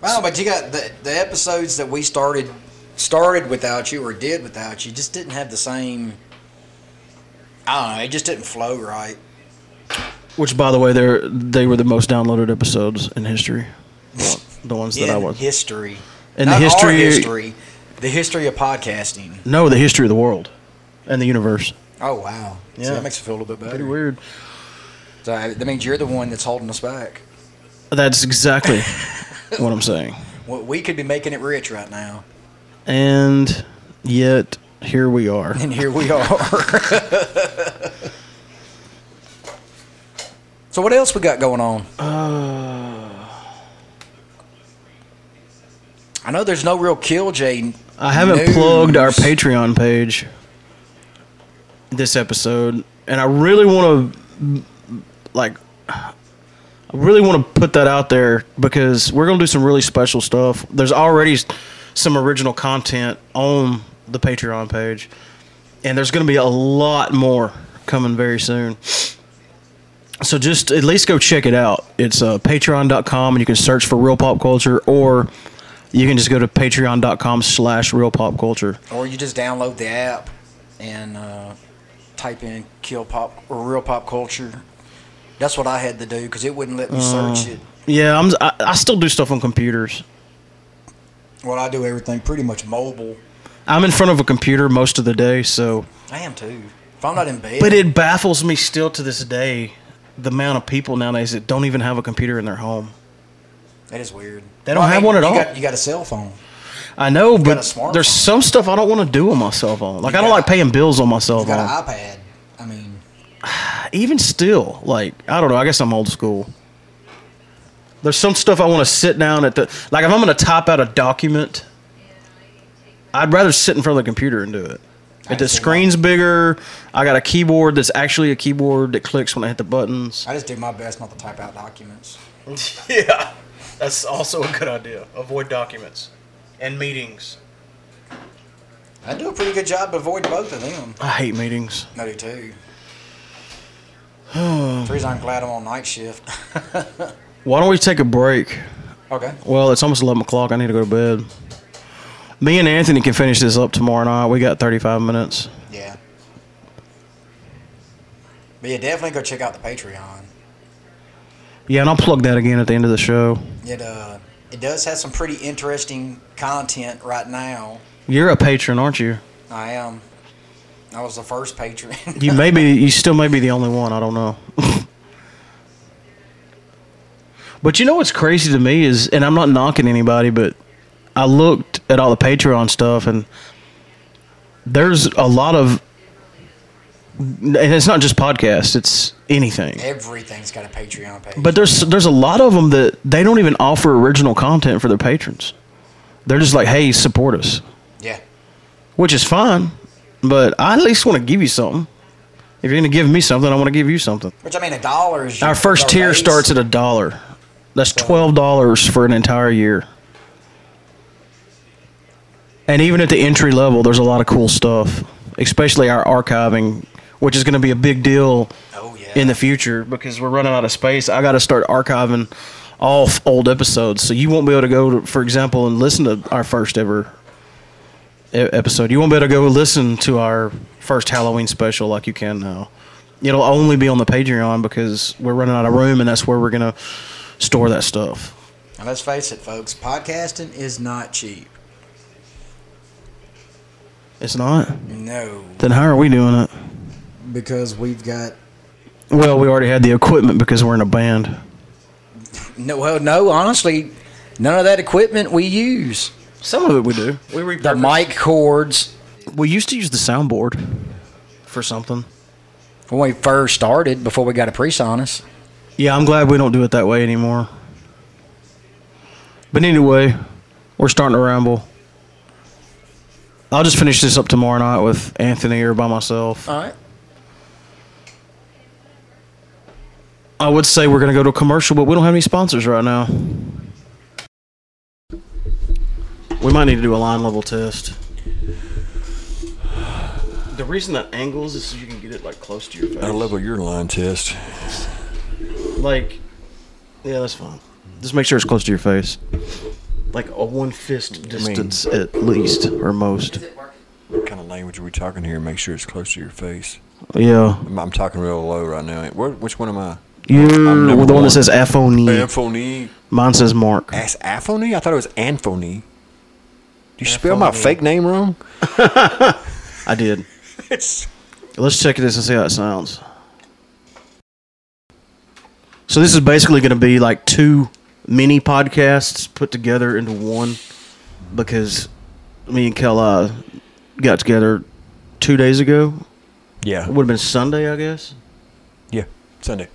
Well, but you got the the episodes that we started started without you or did without you just didn't have the same. I don't know. It just didn't flow right. which by the way they are they were the most downloaded episodes in history the ones that I in was history. In the Not our history- history, the history of podcasting. no the history of the world and the universe Oh wow! Yeah, Yeah. that makes it feel a little bit better. pretty weird So that means you're the one that's holding us back. that's exactly what I'm saying Well, we could be making it rich right now, and yet here we are and here we are. so what else we got going on? Uh. I know there's no real kill, Jay. I haven't news. plugged our Patreon page this episode, and I really want to like I really want to put that out there because we're going to do some really special stuff. There's already s- some original content on the Patreon page, and there's going to be a lot more coming very soon. So just at least go check it out. It's uh, patreon.com, and you can search for Real Pop Culture, or you can just go to patreon.com slash Real Pop Culture. Or you just download the app and uh, type in "kill pop" or "real pop culture." That's what I had to do because it wouldn't let me Uh. search it. Yeah, I'm, I, I still do stuff on computers. Well, I do everything pretty much mobile. I'm in front of a computer most of the day, so. I am too. If I'm not in bed, But it baffles me still to this day the amount of people nowadays that don't even have a computer in their home. that is weird. They don't have one at you all. Got, you got a cell phone. I know, got but a smartphone. there's some stuff I don't want to do on my cell phone. Like You I don't got- like paying bills on my cell You got phone. an iPad. I mean, Even still, like I don't know. I guess I'm old school. There's some stuff I want to sit down at the like if I'm going to type out a document, I'd rather sit in front of the computer and do it. If the just do screen's bigger, I got a keyboard that's actually a keyboard that clicks when I hit the buttons. I just do my best not to type out documents. Yeah, that's also a good idea. Avoid documents and meetings. I do a pretty good job to avoid both of them. I hate meetings. I do too. the reason I'm glad I'm on night shift. Why don't we take a break? okay. Well, it's almost 11 o'clock. I need to go to bed. Me and Anthony can finish this up tomorrow night. We got 35 minutes. Yeah. But yeah, definitely go check out the Patreon. Yeah, and I'll plug that again at the end of the show. It uh, it does have some pretty interesting content right now. You're a patron, aren't you? I am. I was the first patron. You may be, you still may be the only one. I don't know. but you know what's crazy to me is, and I'm not knocking anybody, but I looked at all the Patreon stuff, and there's a lot of, and it's not just podcasts; it's anything. Everything's got a Patreon page. But there's there's a lot of them that they don't even offer original content for their patrons. They're just like, hey, support us, yeah, which is fine. But I at least want to give you something. If you're going to give me something, I want to give you something. which I mean, a dollar is Our first tier starts at a dollar. That's twelve dollars for an entire year. And even at the entry level, there's a lot of cool stuff, especially our archiving, which is going to be a big deal Oh yeah. in the future because we're running out of space. I got to start archiving all f- old episodes, so you won't be able to go, to, for example, and listen to our first ever e- episode. You won't be able to go listen to our first Halloween special like you can now. It'll only be on the Patreon because we're running out of room, and that's where we're gonna store that stuff. and let's face it, folks, podcasting is not cheap. It's not. No, Then how are we doing it? because we've got Well, we already had the equipment because we're in a band. no. Well, no, honestly, none of that equipment we use. Some of it we do. We The mic cords We used to use the soundboard for something. when we first started, before we got a priest on us. Yeah, I'm glad we don't do it that way anymore. But anyway, we're starting to ramble. I'll just finish this up tomorrow night with Anthony or by myself. All right. I would say we're going to go to a commercial, but we don't have any sponsors right now. We might need to do a line level test. The reason that angles is so you can get it like close to your face. I love your line test. Like, yeah, that's fine. Just make sure it's close to your face. Like a one fist distance at least, or most. What kind of language are we talking here? Make sure it's close to your face. Yeah. I'm, I'm talking real low right now. Where, which one am I? You're the number one, one. that says Aphone. E. Anphony. E. Mine says Mark. As Aphony? I thought it was Anphony. Do you spell my fake name wrong? I did. Let's check this and see how it sounds. So this is basically going to be like two mini podcasts put together into one because me and Kel uh, got together two days ago. It Yeah. would have been Sunday, I guess. Yeah. Sunday.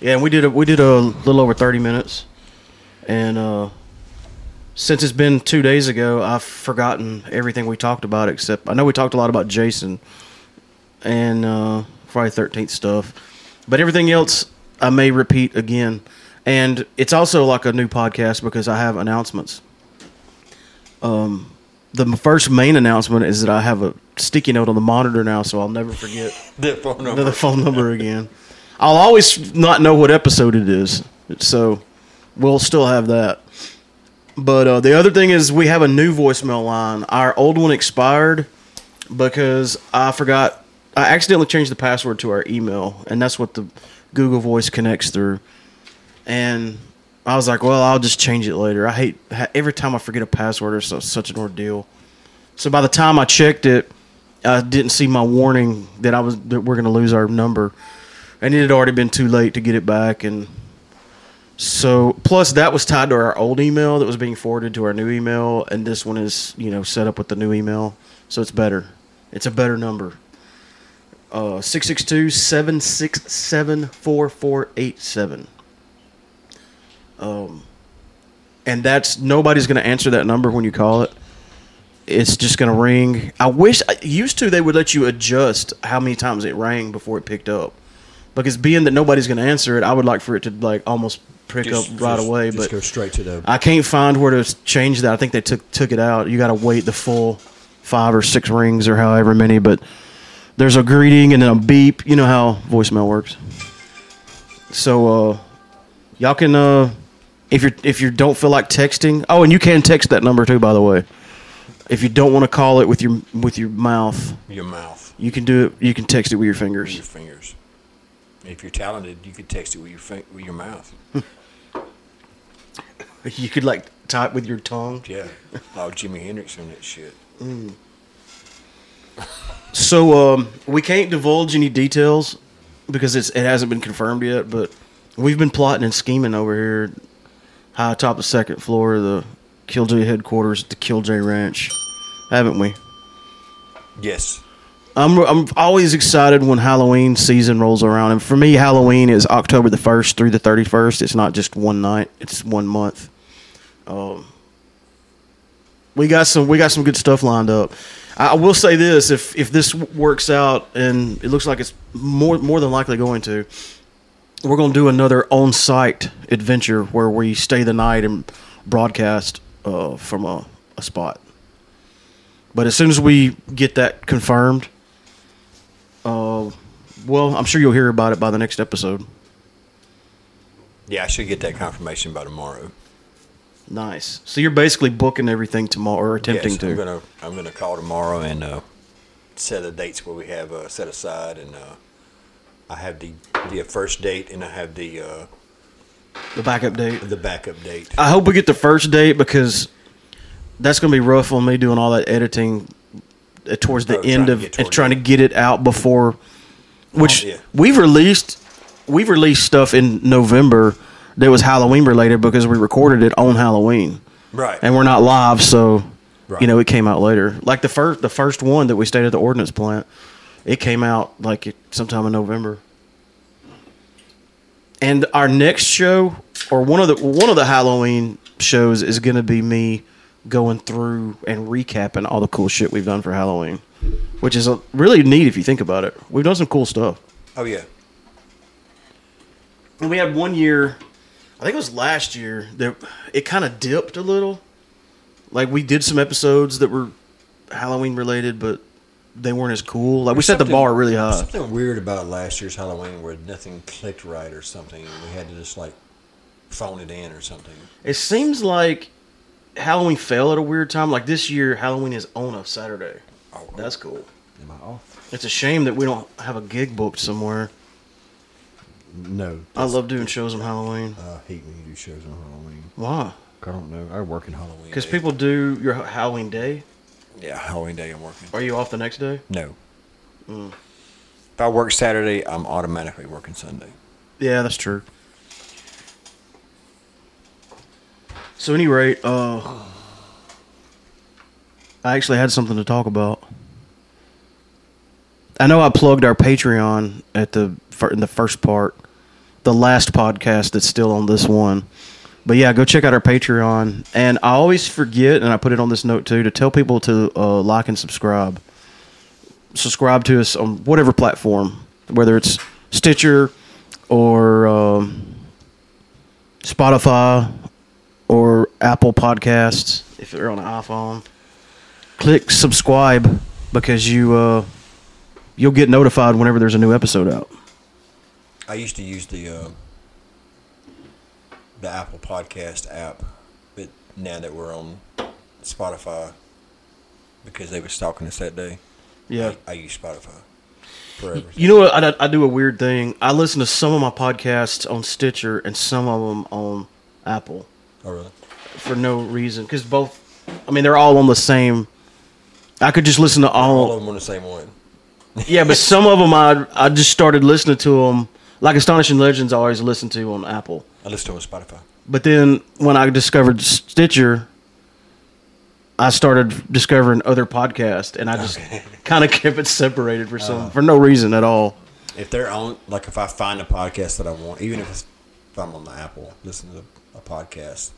Yeah, and we did a, we did a little over thirty minutes, and uh, since it's been two days ago, I've forgotten everything we talked about except I know we talked a lot about Jason and uh, Friday Thirteenth stuff, but everything else I may repeat again. And it's also like a new podcast because I have announcements. Um, the first main announcement is that I have a sticky note on the monitor now, so I'll never forget The phone number. another phone number again. I'll always not know what episode it is, so we'll still have that. But uh, the other thing is, we have a new voicemail line. Our old one expired because I forgot. I accidentally changed the password to our email, and that's what the Google Voice connects through. And I was like, well, I'll just change it later. I hate ha- every time I forget a password, it's su- such an ordeal. So by the time I checked it, I didn't see my warning that I was that we're going to lose our number, and it had already been too late to get it back. And so, plus that was tied to our old email that was being forwarded to our new email, and this one is you know set up with the new email, so it's better. It's a better number. Uh, 662-767-4487. Um, and that's nobody's going to answer that number when you call it. It's just going to ring. I wish I used to they would let you adjust how many times it rang before it picked up, because being that nobody's going to answer it, I would like for it to like almost pick up right Just- away. just but go straight to the. I can't find where to s- change that. I think they took took it out. You got to wait the full five or six rings or however many. But there's a greeting and then a beep. You know how voicemail works. So uh, y'all can uh, if you if you don't feel like texting. Oh, and you can text that number too. By the way, if you don't want to call it with your with your mouth, your mouth, you can do it. You can text it with your with your fingers. fingers. If you're talented, you could text it with your fin- with your mouth. You could like type with your tongue. Yeah, like Jimi Hendrix and that shit. So um, we can't divulge any details because it's, it hasn't been confirmed yet. But we've been plotting and scheming over here, high atop the second floor of the Killjoy headquarters at the Killjoy Ranch, haven't we? Yes, I'm I'm always excited when Halloween season rolls around, and for me, Halloween is October the first through the thirty first. It's not just one night; it's one month. Um, we got some we got some good stuff lined up. I, I will say this: if if this works out, and it looks like it's more more than likely going to, we're going to do another on site adventure where we stay the night and broadcast uh, from a, a spot. But as soon as we get that confirmed, uh, well, I'm sure you'll hear about it by the next episode. yeah, I should get that confirmation by tomorrow. Nice. So you're basically booking everything tomorrow, or attempting yes, to. I'm gonna I'm gonna call tomorrow and uh, set the dates where we have uh, set aside, and uh, I have the the first date, and I have the uh, The backup date. the backup date. I hope we get the first date because that's going to be rough on me doing all that editing uh, towards the Oh, trying end to of get and toward trying the- Oh, to get it out before. Which yeah. we've released, we've released stuff in November that was Halloween related because we recorded it on Halloween. Right. and we're not live, so Right. you know it came out later. Like the first, the first one that we stayed at the ordnance plant, it came out like it, sometime in November. And our next show, or one of the one of the Halloween shows, is going to be me going through and recapping all the cool shit we've done for Halloween, which is uh, really neat if you think about it. We've done some cool stuff. oh yeah, And we had one year, I think it was last year, that it kind of dipped a little. Like we did some episodes that were Halloween related, but they weren't as cool. Like we set the Something- bar really high. Something weird about last year's Halloween where nothing clicked right or something. and We had to just like phone it in or something. It seems like Halloween fell at a weird time. Like this year, Halloween is on a Saturday. Oh, That's cool. Am I off? It's a shame that we don't have a gig booked somewhere. No. uh, I love doing shows on Halloween. I hate when you do shows on Halloween. Why? I don't know. I work in Halloween. Because day. people do your Halloween day. Yeah, Halloween day I'm working. Are you off the next day? No. If I work Saturday, I'm automatically working Sunday. Yeah, that's true. So, any rate, uh, I actually had something to talk about. I know I plugged our Patreon at the fir- in the first part, the last podcast that's still on this one. But yeah, go check out our Patreon. And I always forget, and I put it on this note too, to tell people to uh, like and subscribe subscribe to us on whatever platform, whether it's Stitcher or um, Spotify or Apple Podcasts. If you're on an iPhone, click subscribe because you uh, you'll get notified whenever there's a new episode out. I used to use the uh, the Apple Podcast app, but now that we're on Spotify, because they were stalking us that day, Yeah. I use Spotify for everything. You know what? I, I do a weird thing. I listen to some of my podcasts on Stitcher and some of them on Apple. oh, really? for no reason because both i mean they're all on the same i could just listen to All all of them on the same one. yeah but some of them i i just started listening to them like astonishing legends i always listen to on apple I listen to them on Spotify. but then when i discovered stitcher i started discovering other podcasts and i just kind of kept it separated Uh-huh. for some for no reason at all If they're on, like if I find a podcast that I want, even if it's if I'm on the Apple listening to a podcast,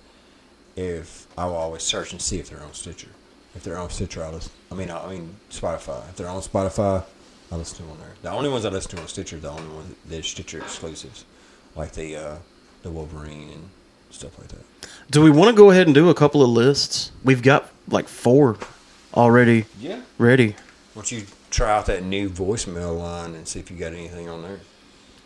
if I will always search and see if they're on Stitcher. If they're on Stitcher, I listen. I mean, I, I mean Spotify. If they're on Spotify, I listen to them on there. The only ones I listen to on Stitcher are the only ones that are Stitcher exclusives, like the uh, the Wolverine and stuff like that. Do we want to go ahead and do a couple of lists? We've got like four already Yeah. ready. Why don't you try out that new voicemail line and see if you got anything on there?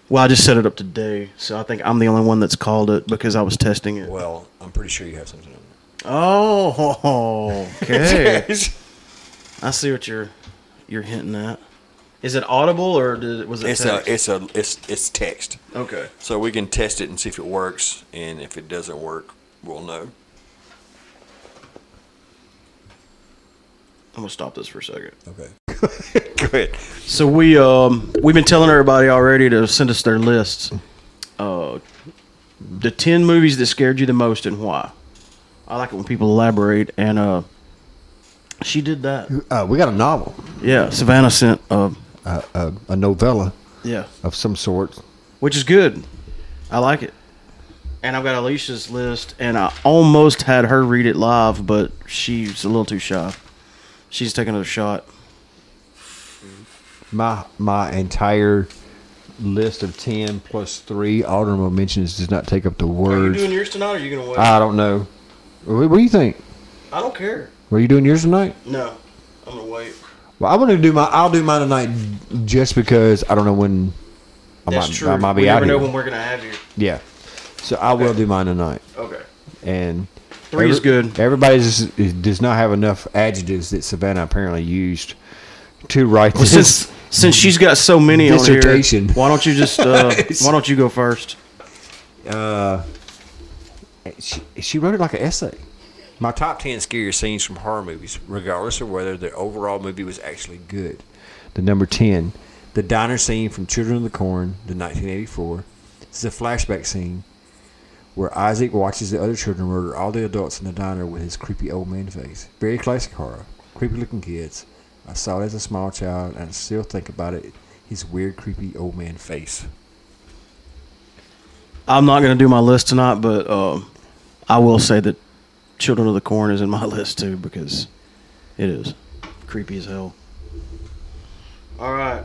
Well, I just set it up today, so I think I'm the only one that's called it because I was testing it. Well, I'm pretty sure you have something on there. Oh, okay. I see what you're you're hinting at. Is it audible or did, was it? It's text? a, it's a, it's, it's text. okay. So we can test it and see if it works, and if it doesn't work, we'll know. I'm gonna stop this for a second. Okay. Go ahead. So we um we've been telling everybody already to send us their lists. Uh, the ten movies that scared you the most and why. I like it when people elaborate and uh. She did that. Uh, we got a novel, Yeah, Savannah sent. Uh, uh, uh, a novella yeah, of some sort. which is good. I like it. And I've got Alicia's list, and I almost had her read it live, but she's a little too shy. She's taking a shot. My my entire list of ten plus three honorable mentions does not take up the words. yours tonight, or are you gonna wait? I don't know. What, what do you think? I don't care. Were you doing yours tonight? No, I'm gonna wait. Well, I'm gonna do my. I'll do mine tonight just because I don't know when. I That's might, true. I might be we out never know here. when we're gonna have you. Yeah. So I will do mine tonight. Okay. And Three is good. Everybody's is, does not have enough adjectives that Savannah apparently used to write Well, this. since since she's got so many on here, Dissertation. why don't you just uh, why don't you go first? she, she wrote it like an essay. My top 10 scariest scenes from horror movies, regardless of whether the overall movie was actually good. The number ten, The diner scene from Children of the Corn, the 1984. This is a flashback scene where Isaac watches the other children murder all the adults in the diner with his creepy old man face. Very classic horror. Creepy looking kids. I saw it as a small child and I still think about it. His weird, creepy old man face. I'm not gonna do my list tonight, but um, I will say that Children of the Corn is in my list too because it is creepy as hell. All right.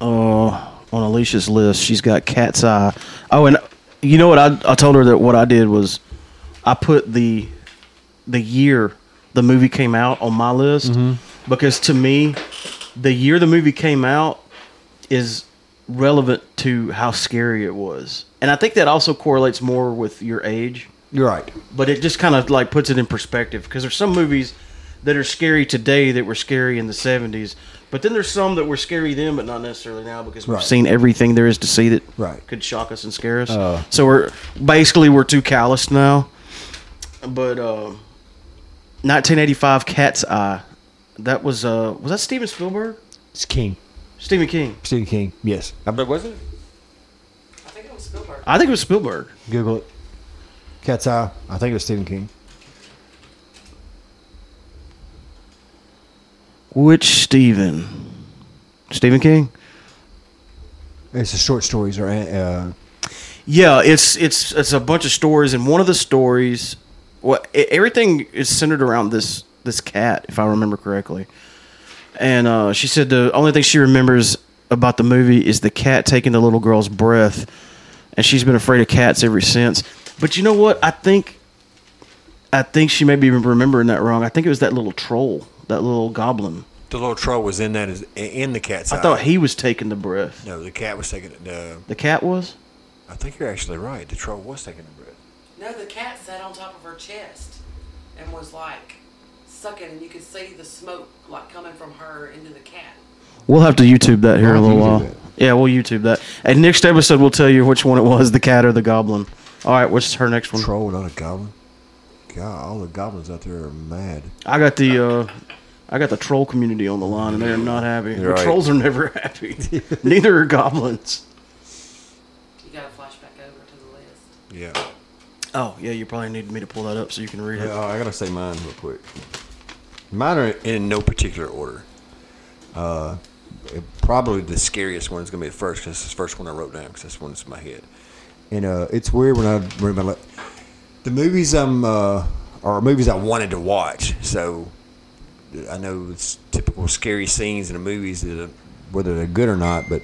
Uh, on Alicia's list, she's got Cat's Eye. Oh, and you know what? I I told her that what I did was I put the the year the movie came out on my list because to me, the year the movie came out is relevant to how scary it was. And I think that also correlates more with your age, You're right. but it just kind of like puts it in perspective because there's some movies that are scary today that were scary in the 70s, but then there's some that were scary then but not necessarily now because we've Right. seen everything there is to see that Right. could shock us and scare us. Uh. so we're basically we're too callous now. But um 1985 Cat's Eye. That was uh was that Steven Spielberg? It's King. Stephen King. Stephen King. Yes. I bet was it? I think it was Spielberg. I think it was Spielberg. Google it. Cat's Eye. I think it was Stephen King. Which Stephen? Stephen King? It's the short stories or uh, Yeah, it's it's it's a bunch of stories, and one of the stories, well, e- everything is centered around this this cat, if I remember correctly. And uh, she said the only thing she remembers about the movie is the cat taking the little girl's breath, and she's been afraid of cats ever since. But you know what? I think, I think she may be remembering that wrong. I think it was that little troll, that little goblin. The little troll was in that is in the cat's I thought he was taking the breath. No, the cat was taking it. No, The cat was. I think you're actually right. The troll was taking the breath. No, the cat sat on top of her chest and was like sucking, and you could see the smoke like coming from her into the cat. We'll have to YouTube that here in a little YouTube while. it. Yeah, we'll YouTube that. And next episode, we'll tell you which one it was, the cat or the goblin. All right, what's her next one? Troll, not a goblin. God, all the goblins out there are mad. I got the, uh, I got the troll community on the line, and they're not happy. The Right. Trolls are never happy. Neither are goblins. You got to flash back over to the list. Yeah. Oh yeah, you probably need me to pull that up so you can read it. Yeah, I gotta say mine real quick. mine are In no particular order. Uh, it- probably the scariest one is gonna be the first because it's the first one I wrote down because that's the one that's in my head. and uh, it's weird when I remember like, the movies I'm uh, are movies I wanted to watch. So I know it's typical scary scenes in the movies that are, whether they're good or not, but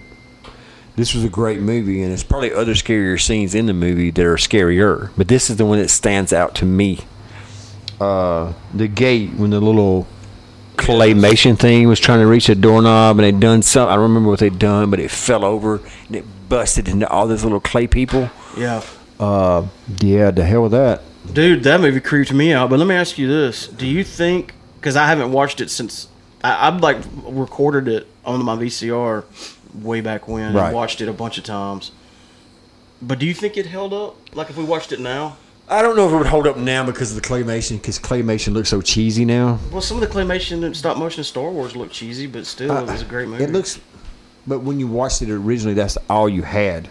this was a great movie, and it's probably other scarier scenes in the movie that are scarier, but this is the one that stands out to me. The gate when the little claymation thing was trying to reach a doorknob and they done something. I don't remember what they done, but it fell over and it busted into all those little clay people. Yeah. Uh, yeah, the hell with that. Dude, that movie creeped me out. But let me ask you this: Do you think? Because I haven't watched it since I, I've like recorded it on my VCR way back when. Right. and watched it a bunch of times. But do you think it held up? Like if we watched it now? I don't know if it would hold up now because of the claymation, because claymation looks so cheesy now. Well, some of the claymation and stop motion Star Wars looked cheesy, but still, it was a great movie. It looks, but when you watched it originally, that's all you had.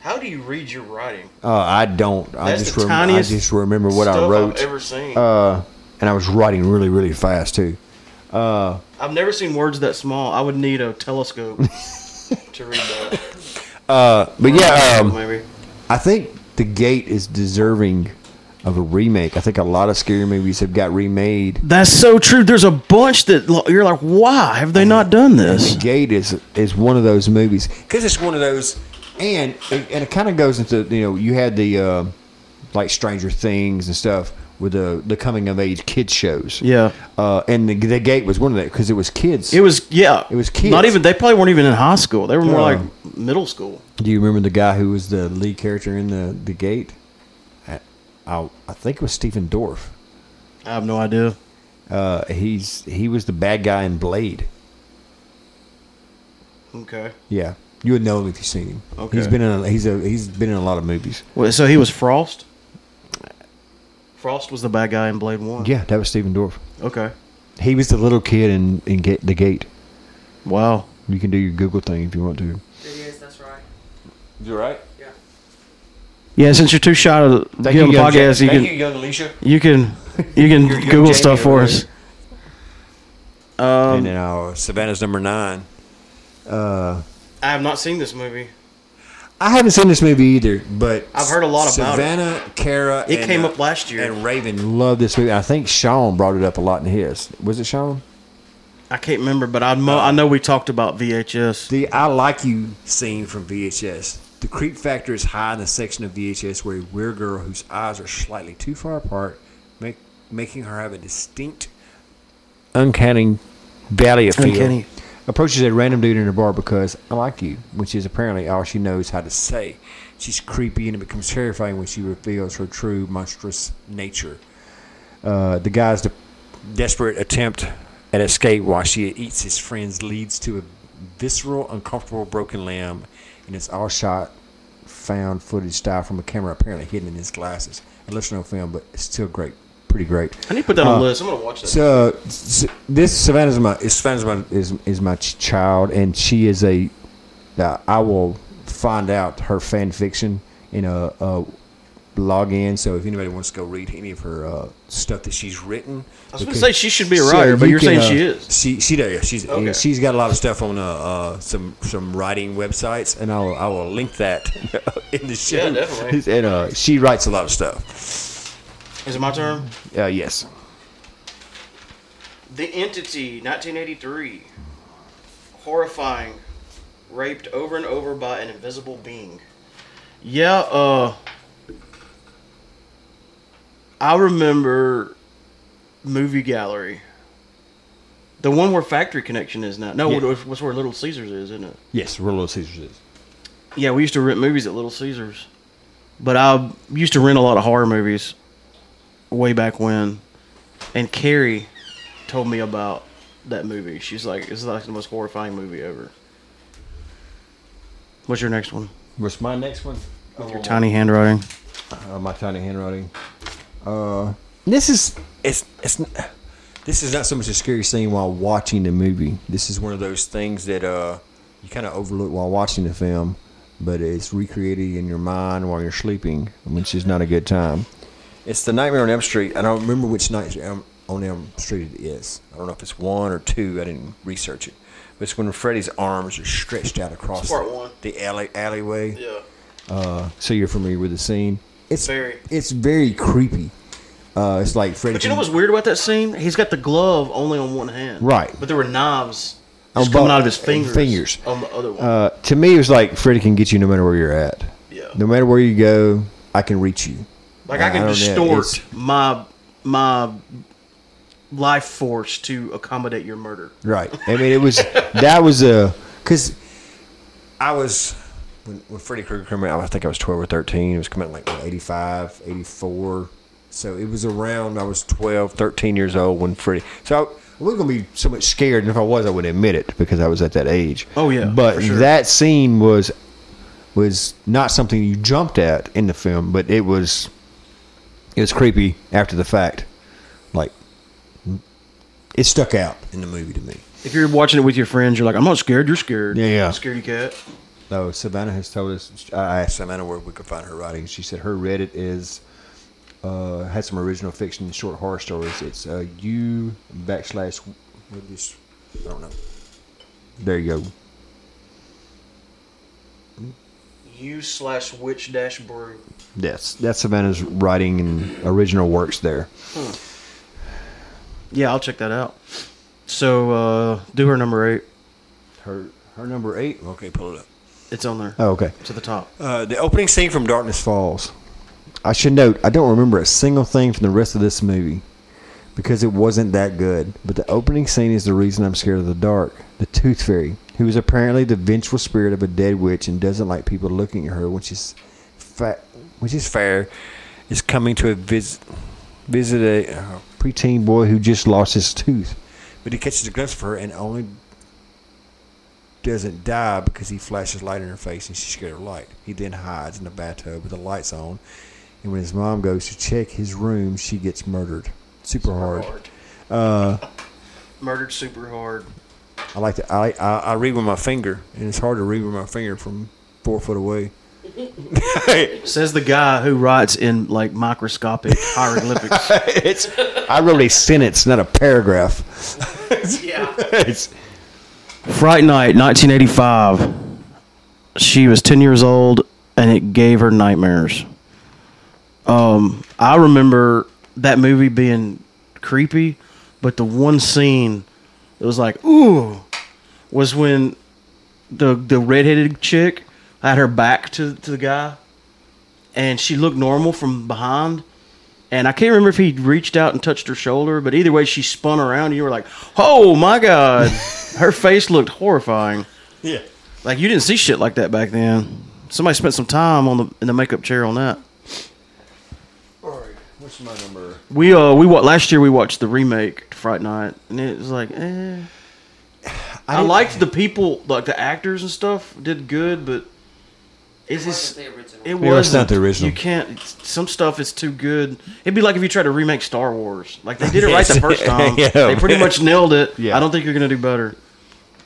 How do you read your writing? Uh, I don't. I That's just the rem- I tiniest just remember what I Stuff wrote, I've ever seen. uh, and I was writing really, really fast too. I've never seen words that small. I would need a telescope to read that. But yeah, um, maybe. I think The Gate is deserving of a remake. I think a lot of scary movies have got remade. That's so true. There's a bunch that lo- you're like, why have they not done this? The Gate is is one of those movies because it's one of those, and it, and it kind of goes into you know you had the uh, like Stranger Things and stuff with the the coming of age kids shows. Yeah. uh, and the, the Gate was one of that because it was kids. It was yeah. It was kids. Not even they probably weren't even in high school. They were more Yeah. like middle school. Do you remember the guy who was the lead character in the the Gate? I I, I think it was Stephen Dorff. I have no idea. Uh, he's he was the bad guy in Blade. Okay. Yeah, you would know him if you've seen him. Okay. he's been in a, he's a he's been in a lot of movies. Well, so he was Frost. Frost was the bad guy in Blade One. Yeah, that was Stephen Dorff. Okay. He was the little kid in in Ga- the Gate. Wow. You can do your Google thing if you want to. It is, that's right. You right? Yeah. Yeah, since you're too shy to get on the podcast, you can you, young Alicia. you can you can You're- you're Google Jamie stuff for over us. and Um, then uh, Savannah's number nine. I have not seen this movie. I haven't seen this movie either, but I've heard a lot about it. Savannah, it. Savannah, Kara, It and, came uh, up last year. and Raven love this movie. I think Sean brought it up a lot in his. Was it Sean? I can't remember, but I mo- I know we talked about VHS. The I Like You scene from VHS. The creep factor is high in the section of VHS where a weird girl whose eyes are slightly too far apart, make, making her have a distinct, uncanny valley of feel, Uncanny. approaches a random dude in a bar because I like you, which is apparently all she knows how to say. She's creepy and it becomes terrifying when she reveals her true monstrous nature. Uh, the guy's de- desperate attempt at escape while she eats his friends leads to a visceral, uncomfortable broken limb, and it's all shot found footage style from a camera apparently hidden in his glasses. A listener film, but it's still great, pretty great. I need to put that on the list. I'm gonna watch that. So s- this Savannah's my is Savannah's my is is my ch- child, and she is a. Uh, I will find out her fan fiction in a, a log in. So if anybody wants to go read any of her uh, stuff that she's written, I was gonna say she should be a writer, but you're saying she is. uh, She she does. yeah, She's Okay. she's got a lot of stuff on uh, uh, some some writing websites, and I will I will link that in the show. Yeah, definitely. And uh, she writes a lot of stuff. Is it my turn? Uh, yes. The Entity, 1983. Horrifying. Raped over and over by an invisible being. Yeah, uh. I remember Movie Gallery. The one where Factory Connection is now. No, Yeah. what's what's where Little Caesars is, isn't it? Yes, Real Little Caesars is. Yeah, we used to rent movies at Little Caesars. But I used to rent a lot of horror movies way back when. And Carrie told me about that movie. She's like, it's like the most horrifying movie ever. What's your next one? What's my next one? Oh, Your tiny handwriting. uh, my tiny handwriting. Uh, this is it's it's n- this is not so much a scary scene while watching the movie. This is one of those things that uh you kind of overlook while watching the film, but it's recreated in your mind while you're sleeping, which is not a good time. It's the Nightmare on Elm Street. I don't remember which night Elm- on Elm Street it is. I don't know if it's one or two. I didn't research it. But it's when Freddy's arms are stretched out across It's part one. the alley, alleyway Uh, so you're familiar with the scene. It's Very. It's very creepy. Uh, it's like Freddy. But you know what's weird about that scene? He's got the glove only on one hand. Right. But there were knives On just coming both- out of his fingers. fingers. On the other one. Uh, to me, it was like Freddy can get you no matter where you're at. Yeah. No matter where you go, I can reach you. like I I can don't know, distort it's- my my life force to accommodate your murder. Right. I mean, it was that was a because I was when, when Freddy Krueger came out. I think I was twelve or thirteen. It was coming out like what, 85, 84. So it was around I was 12, 13 years old when Freddy. So I, I wasn't gonna be so much scared, and if I was, I would admit it because I was at that age. Oh, yeah, for But sure. that scene was was not something you jumped at in the film, but it was it was creepy after the fact. Like it stuck out in the movie to me. If you're watching it with your friends, you're like, I'm not scared, you're scared. Yeah, yeah. Scaredy cat. No, Savannah has told us. I asked Savannah where we could find her writing. She said her Reddit is uh, has some original fiction, and short horror stories. It's uh, you backslash. What is? I don't know. There you go. You slash witch dash brew. That's that's Savannah's writing and original works there. Yeah, I'll check that out. So uh do her number eight. Her her number eight. Okay, pull it up. It's on there. Oh, okay. It's at the top. Uh, the opening scene from Darkness Falls. I should note, I don't remember a single thing from the rest of this movie because it wasn't that good. But the opening scene is the reason I'm scared of the dark. The Tooth Fairy, who is apparently the vengeful spirit of a dead witch and doesn't like people looking at her, which is fa- which is fair, is coming to a visit visit a uh, preteen boy who just lost his tooth. But he catches a glimpse of her and only doesn't die because he flashes light in her face and she's scared of light. He then hides in the bathtub with the lights on, and when his mom goes to check his room, she gets murdered. Super, hard. Murdered super hard. I like to. I, I I read with my finger, and it's hard to read with my finger from four foot away. Says the guy who writes in like microscopic hieroglyphics. it's I wrote a sentence, not a paragraph. Yeah. It's Fright Night, 1985. She was 10 years old, and it gave her nightmares. Um, I remember that movie being creepy, but the one scene that was like, ooh, was when the the redheaded chick had her back to, to the guy, and she looked normal from behind. And I can't remember if he reached out and touched her shoulder, but either way, she spun around, and you were like, "Oh my god!" her face looked horrifying. yeah. Like you didn't see shit like that back then. Somebody spent some time on the in the makeup chair on that. All right. What's my number? We uh we what last year we watched the remake to Fright Night, and it was like, eh. I, didn't- liked the people, like the actors and stuff, did good, but it's It wasn't just. the original. It it's was not the original. You can't. it's- Some stuff is too good. It'd be like if you tried to remake Star Wars. Like they did it right the Yes. first time. Yeah. They pretty much nailed it. Yeah. I don't think you're gonna do better.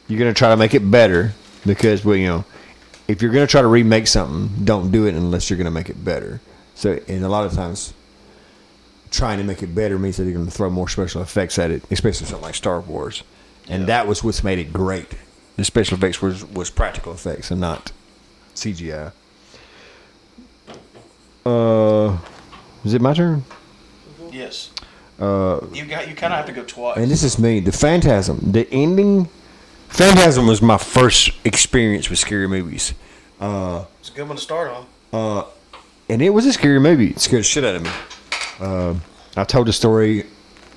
You're gonna try to make it better because well, you know, if you're gonna try to remake something, don't do it unless you're gonna make it better. So, and a lot of times, trying to make it better means that you're gonna throw more special effects at it, especially something like Star Wars. And that was what's made it great. The special effects was was practical effects and not CGI. Uh, is it my turn? Yes. Uh, you got. You kind of have to go twice. and this is me, the Phantasm. The ending, Phantasm was my first experience with scary movies. It's a good one to start on. and it was a scary movie. It scared the shit out of me. Um I told the story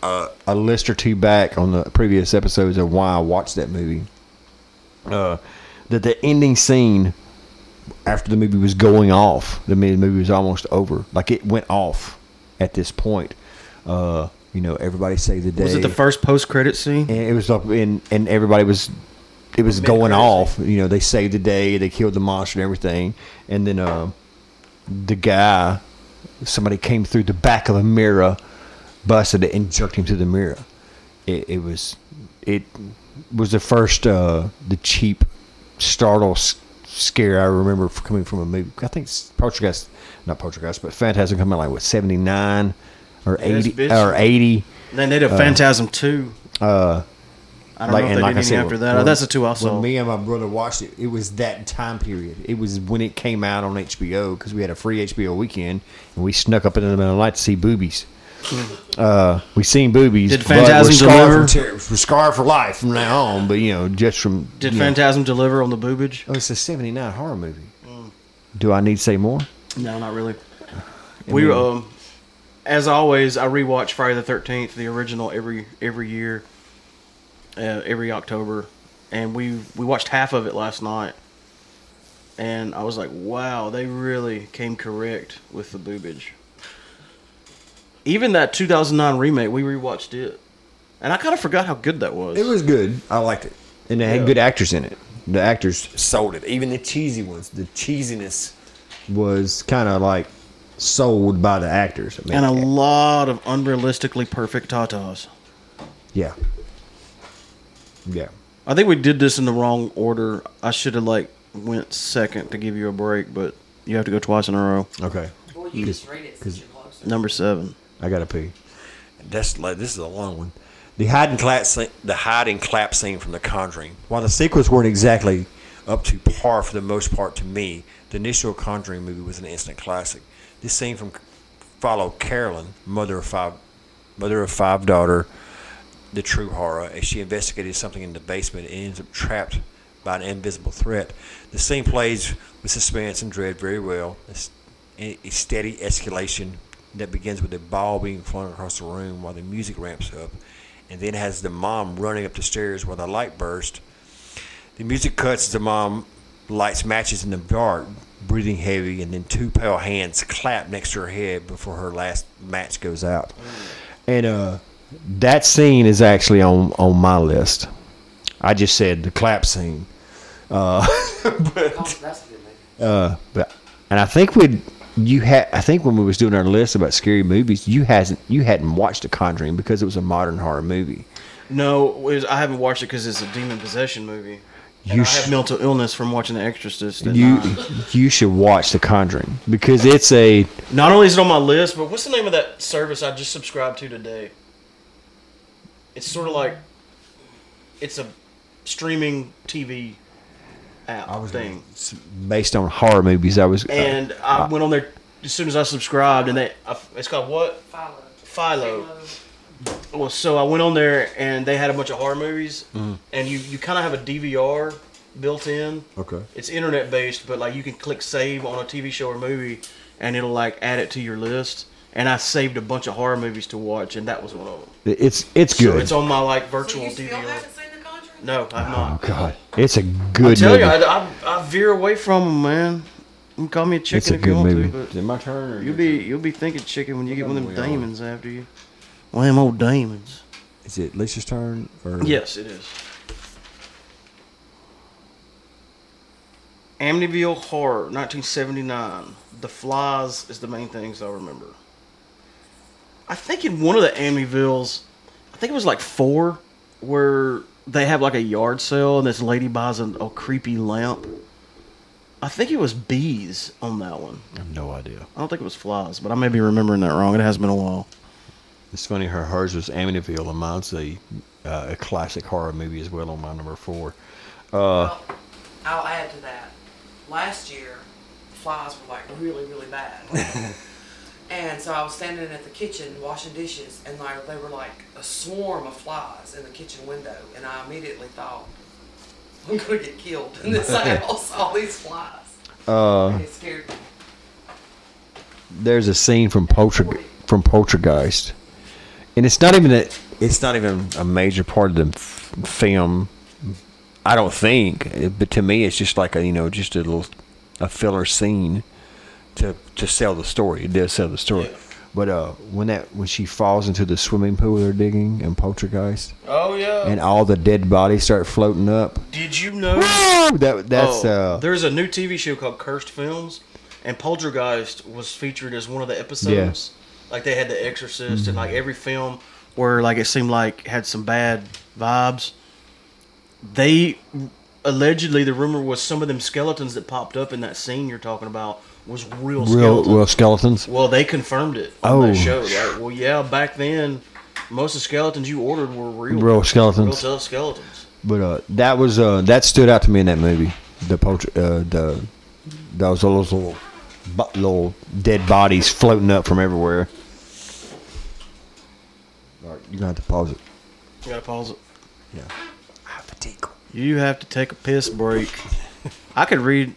uh, a list or two back on the previous episodes of why I watched that movie. Uh, that the ending scene after the movie was going off, the mi- movie was almost over. Like it went off at this point. Uh, you know, everybody saved the day. Was it the first post credit scene? And it was up in, and everybody was, it was going crazy. off. You know, they saved the day, they killed the monster and everything. And then uh, the guy, somebody came through the back of a mirror, busted it, and jerked him through the mirror. It, it was, it was the first, uh, the cheap startle s- scare I remember f- coming from a movie. I think s- Poltergeist, not Poltergeist, but Phantasm came out like, what, 79 or Yes, 80? bitch. or 80. Then they did a Phantasm 2. I don't uh, Like- know if and they like I did said, any after that. when- That's the two I saw. When me and my brother watched it, it was that time period. It was when it came out on HBO because we had a free HBO weekend and we snuck up in the middle of the night to see boobies. Uh, we seen boobies. Did but we're Phantasm scarred deliver? from ter- We're scarred for life from now on, but you know, just from Did you know- Phantasm deliver on the boobage? Oh, it's a '79 horror movie. Do I need to say more? No, not really. We um, as always, I rewatch Friday the Thirteenth, the original, every every year, uh, every October, and we we watched half of it last night, and I was like, wow, they really came correct with the boobage. Even that 2009 remake, we rewatched it, and I kind of forgot how good that was. It was good. I liked it. And they had Yeah. good actors in it. The actors Sold it. Even the cheesy ones. The cheesiness. was kind of like sold by the actors. I mean, and a lot of unrealistically perfect tatas. yeah, yeah. I think we did this in the wrong order. I should have like went second to give you a break, but you have to go twice in a row. Okay, Well, you just read it since 'cause- you're closer. Number seven. I gotta pee. That's like this is a long one. The hide and clap, scene, the hide and clap scene from The Conjuring. While the sequels weren't exactly up to par for the most part to me, the initial Conjuring movie was an instant classic. This scene from followed Carolyn, mother of five, mother of five daughter, the true horror as she investigated something in the basement and ends up trapped by an invisible threat. The scene plays with suspense and dread very well. It's a a steady escalation that begins with a ball being flung across the room while the music ramps up, and then has the mom running up the stairs while the light bursts. The music cuts as the mom lights matches in the dark, breathing heavy, and then two pale hands clap next to her head before her last match goes out. And uh, that scene is actually on on my list. I just said the clap scene, Oh, that's a good movie. but and I think we you had I think when we was doing our list about scary movies, you hasn't you hadn't watched The Conjuring because it was a modern horror movie. No, it was- I haven't watched it because it's a demon possession movie. And You I sh- have mental illness from watching The Exorcist. and You you should watch The Conjuring because it's a not only is it on my list, but what's the name of that service I just subscribed to today? It's sort of like it's a streaming TV app thing. it's based on horror movies. I was and uh, I went on there as soon as I subscribed, and they I, it's called what? Philo. Philo. Well, so I went on there and they had a bunch of horror movies, Mm-hmm. and you, you kind of have a DVR built in. Okay. It's internet based, but like you can click save on a TV show or movie, and it'll like add it to your list. And I saved a bunch of horror movies to watch, and that was one of them. uh, it's it's So good. it's on my like So virtual you still DVR. haven't seen The Conjuring? No, I've oh not. God, it's a I good tell movie. you, I, I, I veer away from them, man. You can call me a it's chicken a if you good want movie. to, but it my turn? Or you'll be you'll be thinking chicken when you get one of them demons after you. One of them old demons. Is it Lisa's turn? Or Yes, it is. Amityville Horror, 1979. The flies is the main things I remember. I think in one of the Amityvilles, I think it was like four, where they have like a yard sale and this lady buys an, a creepy lamp. I think it was bees on that one. I have no idea. I don't think it was flies, but I may be remembering that wrong. It has been a while. It's funny. Her hers was Amityville, and mine's a uh, a classic horror movie as well. On my number four, Well, I'll add to that. Last year, flies were like really, really bad. and so I was standing at the kitchen washing dishes, and like they were like a swarm of flies in the kitchen window, and I immediately thought, I'm gonna get killed in this house. All these flies. Uh, it scared me. there's a scene from Polter from Poltergeist, and it's not even a it's not even a major part of the f- film. I don't think, eh, but to me, it's just like a you know just a little a filler scene to to sell the story. It does sell the story. Yeah. But uh, when that when she falls into the swimming pool they're digging in Poltergeist, Oh yeah. and all the dead bodies start floating up. Did you know? That that's Oh, uh, there's a new TV show called Cursed Films, and Poltergeist was featured as one of the episodes. Like they had The Exorcist, and like Mm-hmm. every film where like it seemed like had some bad vibes. They allegedly the rumor was some of them skeletons that popped up in that scene you're talking about was real real skeletons. real skeletons. Well, they confirmed it on Oh. that show. Like, well, yeah, back then Most of the skeletons you ordered were real, Real skeletons. real tough skeletons. But uh, that was uh, that stood out to me in that movie. The poacher, uh, the those those little bo- little dead bodies floating up from everywhere. All right, you're gonna have to pause it. You gotta pause it. Yeah. I have to tickle. You have to take a piss break. I could read.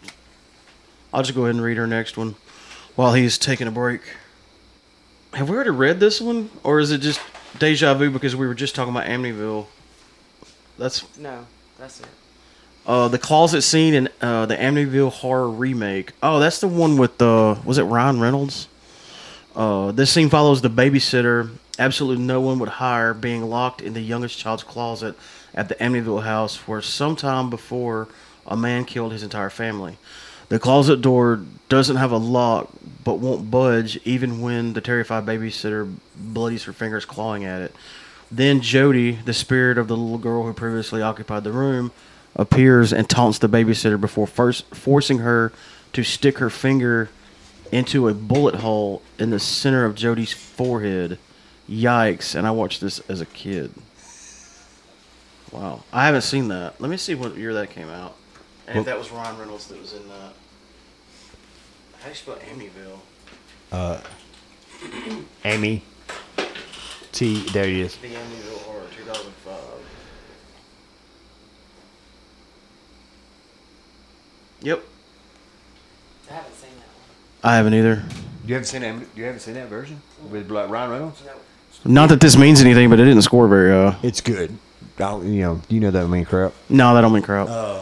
I'll just go ahead and read her next one while he's taking a break. Have we already read this one, or is it just deja vu because we were just talking about Amityville? That's No, that's it. uh, the closet scene in uh, the Amityville horror remake. Oh, that's the one with uh, was it Ryan Reynolds? Uh, this scene follows the babysitter absolutely no one would hire being locked in the youngest child's closet at the Amityville house where sometime before a man killed his entire family. The closet door doesn't have a lock but won't budge even when the terrified babysitter bloodies her fingers clawing at it. Then Jody, the spirit of the little girl who previously occupied the room, appears and taunts the babysitter before first forcing her to stick her finger into a bullet hole in the center of Jody's forehead. Yikes! And I watched this as a kid. Wow, I haven't seen that. Let me see what year that came out, and if that was Ryan Reynolds that was in that. How do you spell Amityville? Amy. T. There he is. The Amityville Horror, 2005. Yep, I haven't seen that I haven't either. You haven't seen that. You haven't seen that version with like Ryan Reynolds. one. No. Not that this means anything, but it didn't score very. Uh, It's good. I don't, you know, you know that mean crap. no, that don't mean crap. I,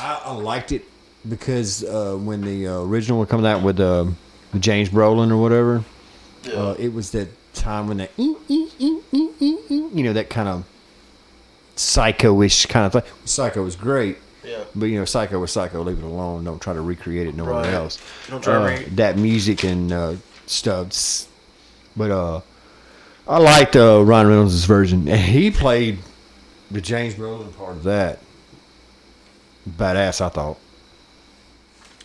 I liked it because uh, when the uh, original one coming out with uh, with James Brolin or whatever, uh, it was that time when that "ee, ee, ee, ee, ee, ee," you know that kind of psycho-ish kind of thing. Psycho was great, Yeah. but you know Psycho was Psycho. Leave it alone. Don't try to recreate it nowhere Right. else. Don't try to Uh, re- that music and uh, stuff. But uh, I liked uh, Ryan Reynolds' version, and he played the James Brolin part of that. Badass, I thought.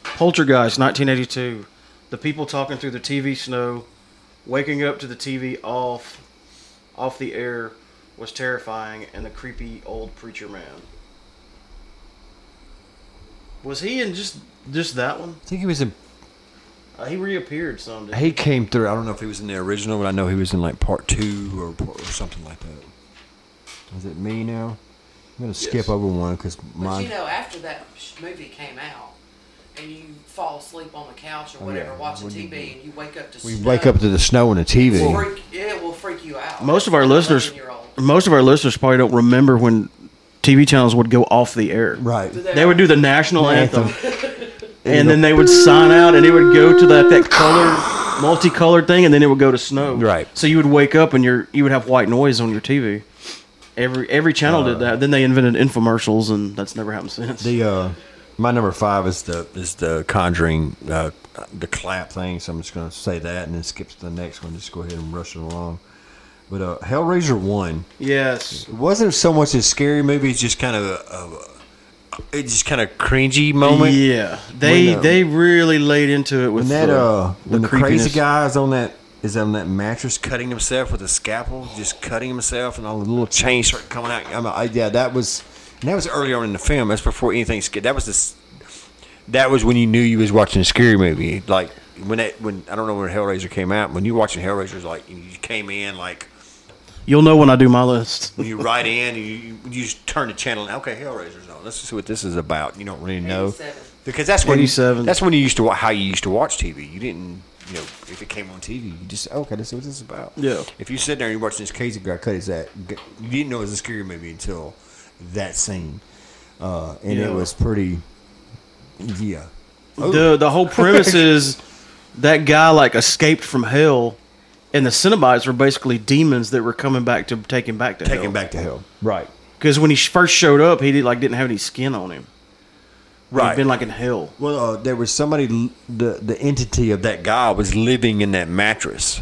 Poltergeist, 1982. The people talking through the TV snow, waking up to the TV off, off the air, was terrifying, and the creepy old preacher man. Was he in just just that one? I think he was in. Uh, he reappeared some. didn't He came through. I don't know if he was in the original, but I know he was in like part two or part- or something like that. Is it me now? I'm gonna skip over one because But you mine. know, after that sh- movie came out, and you fall asleep on the couch or Oh, yeah. whatever, watching When you- TV, and you wake up to We snow, wake up to the snow and the TV. It will freak, it will freak you out. Most of our As an listeners, 11-year-old. most of our listeners probably don't remember when TV channels would go off the air. Right. They would do the national Anthem. anthem, and then they would sign out, and it would go to that that color, multicolored thing, and then it would go to snow. Right. So you would wake up, and your you would have white noise on your TV. Every every channel did that. Then they invented infomercials, and that's never happened since. Uh. The uh, my number five is the is the Conjuring, uh, the clap thing. So I'm just gonna say that and then skip to the next one. Just go ahead and rush it along. But uh, Hellraiser one yes. it wasn't so much a scary movie. It's just kind of a, a it just kind of cringy moment. yeah. They When, uh, they really laid into it with When that the, uh, when the, creepiness. crazy guy is on that is on that mattress cutting himself with a scalpel, just cutting himself, and all the little chains start coming out. I'm, I, yeah, that was and that was early on in the film. That's before anything. sca- That was this. That was when you knew you was watching a scary movie. Like when that when I don't know when Hellraiser came out. When you were watching Hellraiser, it was like you came in like You'll know when I do my list. when you ride in, you you, you just turn the channel. and, Okay, Hellraiser's on. Let's see what this is about. You don't really know 87. because that's when 87. That's when you used to wa- how you used to watch TV. You didn't, you know, if it came on TV, you just okay, let's see what this is about. Yeah. If you sit there and you're watching this crazy guy cut his that, you didn't know it was a scary movie until that scene, uh, and Yeah. it was pretty. Yeah. Oh. the the whole premise is that guy like escaped from hell, and the Cenobites were basically demons that were coming back to take him back to Take hell. him back to hell. Right. because when he sh- first showed up, he did, like didn't have any skin on him. Right. He'd been like in hell. Well, uh, there was somebody. l- The the entity of that guy was living in that mattress,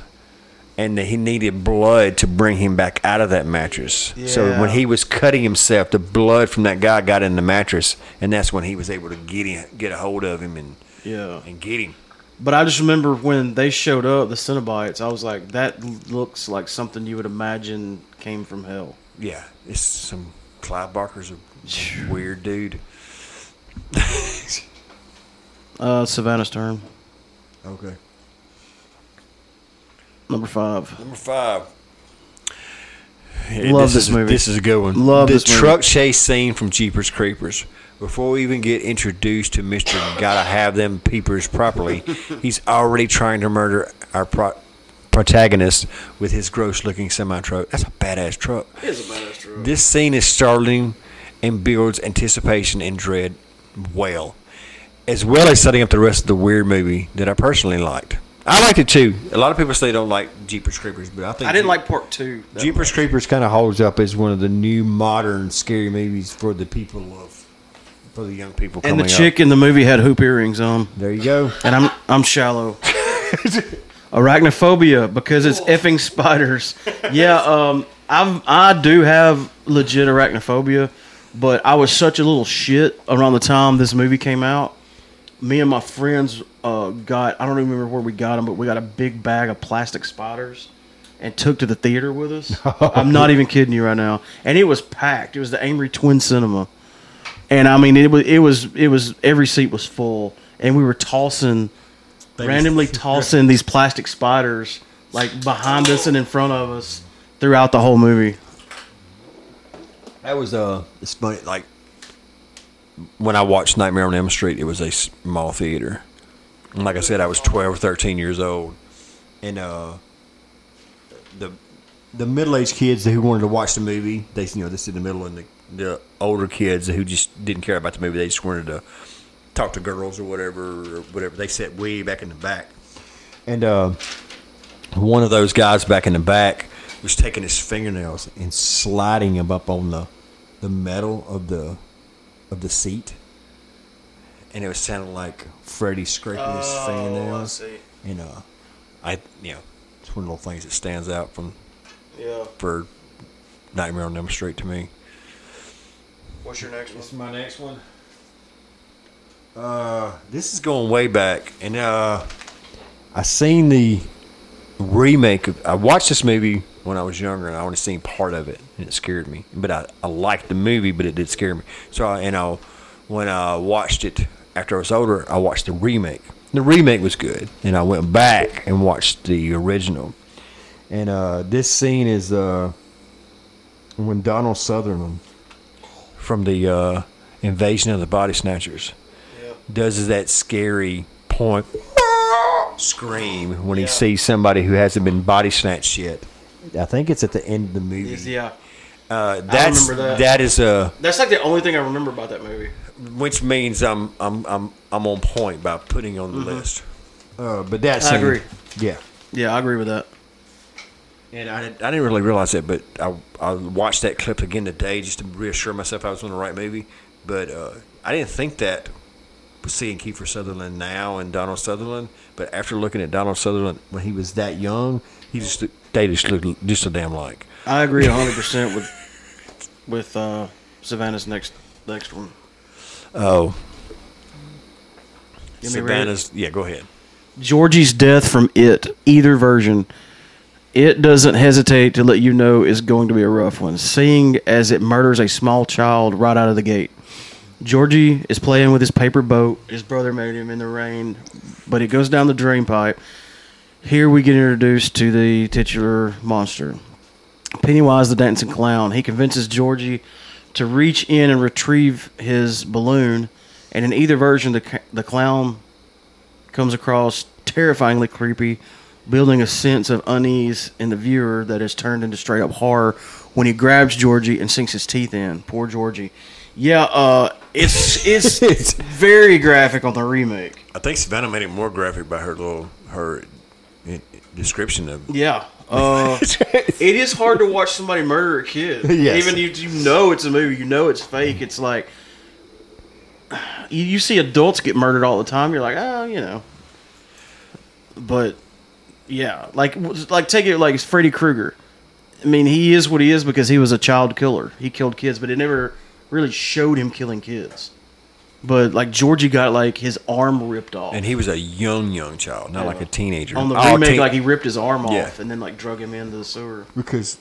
and that he needed blood to bring him back out of that mattress. So when Yeah. he was cutting himself, the blood from that guy got in the mattress, and that's when he was able to get him, get a hold of him and Yeah. and get him. But I just remember when they showed up, the Cenobites. I was like, that l- looks like something you would imagine came from hell. Yeah, it's some Clive Barker's a weird dude. Uh, Savannah's turn. Okay. Number five. Number five. Love this, this is, movie. This is a good one. Love the this movie. truck chase scene from Jeepers Creepers. Before we even get introduced to Mister, gotta have them peepers properly. He's already trying to murder our pro- protagonist with his gross-looking semi truck. That's a badass truck. It is a badass truck. This scene is startling and builds anticipation and dread well, as well as setting up the rest of the weird movie that I personally liked. I liked it too. A lot of people say they don't like Jeepers Creepers, but I think I didn't like part two. that Jeepers much. Creepers kind of holds up as one of the new modern scary movies for the people of for the young people. And the coming up. chick in the movie had hoop earrings on. there you go. and I'm I'm shallow. Arachnophobia because it's effing spiders. Yeah, um, I've I do have legit arachnophobia, but I was such a little shit around the time this movie came out. Me and my friends uh, got I don't even remember where we got them, but we got a big bag of plastic spiders and took to the theater with us. I'm not even kidding you right now, and it was packed. It was the Amory Twin Cinema and I mean it was it was it was every seat was full, and we were tossing, randomly tossing these plastic spiders like behind us and in front of us throughout the whole movie. That was uh, it's funny. Like when I watched Nightmare on Elm Street, it was a small theater. And like I said, I was twelve or thirteen years old, and uh, the the middle aged kids who wanted to watch the movie, they you know they sit in the middle, and the, the older kids who just didn't care about the movie, they just wanted to talk to girls or whatever or whatever. They sat way back in the back, and uh, one of those guys back in the back was taking his fingernails and sliding them up on the the metal of the of the seat, and it was sounding like Freddy scraping his Oh, fingernails. And uh, I you know it's one of those things that stands out from Yeah. for Nightmare on Elm Street to me. What's your next one? is my next one. Uh, this is going way back, and uh, I seen the remake. Of, I watched this movie when I was younger, and I only seen part of it, and it scared me. But I, I liked the movie, but it did scare me. So, I, and I, when I watched it after I was older, I watched the remake. The remake was good, and I went back and watched the original. And uh, this scene is uh, when Donald Sutherland from the uh, invasion of the body snatchers does is that scary point scream when he sees somebody who hasn't been body snatched yet. I think it's at the end of the movie. Yeah. Uh, that's remember that. that is a That's like the only thing I remember about that movie. which means I'm I'm I'm I'm on point by putting you on the list. Uh, but that's Mm-hmm. I agree. Yeah. Yeah, I agree with that. And I, didn't- I didn't really realize that, but I, I watched that clip again today just to reassure myself I was on the right movie. But uh, I didn't think that was seeing Kiefer Sutherland now and Donald Sutherland. But after looking at Donald Sutherland when he was that young, he just they just looked just so damn like. I agree 100 percent with with uh, Savannah's next next one. Oh, Give me a read. Savannah's. Yeah, go ahead. Georgie's death from it, either version, it doesn't hesitate to let you know is going to be a rough one, seeing as it murders a small child right out of the gate. Georgie is playing with his paper boat. His brother made him in the rain, but it goes down the drain pipe. Here we get introduced to the titular monster. Pennywise the dancing clown. He convinces Georgie to reach in and retrieve his balloon, and in either version, the, ca- the clown comes across terrifyingly creepy, building a sense of unease in the viewer that is turned into straight up horror when he grabs Georgie and sinks his teeth in. Poor Georgie. Yeah, uh, it's it's very graphic on the remake. I think Savannah made it more graphic by her little her description of. Yeah. Uh, it is hard to watch somebody murder a kid. Yes. Even you, you know it's a movie, you know it's fake. It's like you, you see adults get murdered all the time. You're like, oh, you know. But yeah, like like take it like Freddy Krueger. I mean, he is what he is because he was a child killer. He killed kids, but it never really showed him killing kids. But like Georgie got like his arm ripped off. And he was a young, young child, not like a teenager. on the All remake, teen- like he ripped his arm off Yeah. and then like drug him into the sewer. Because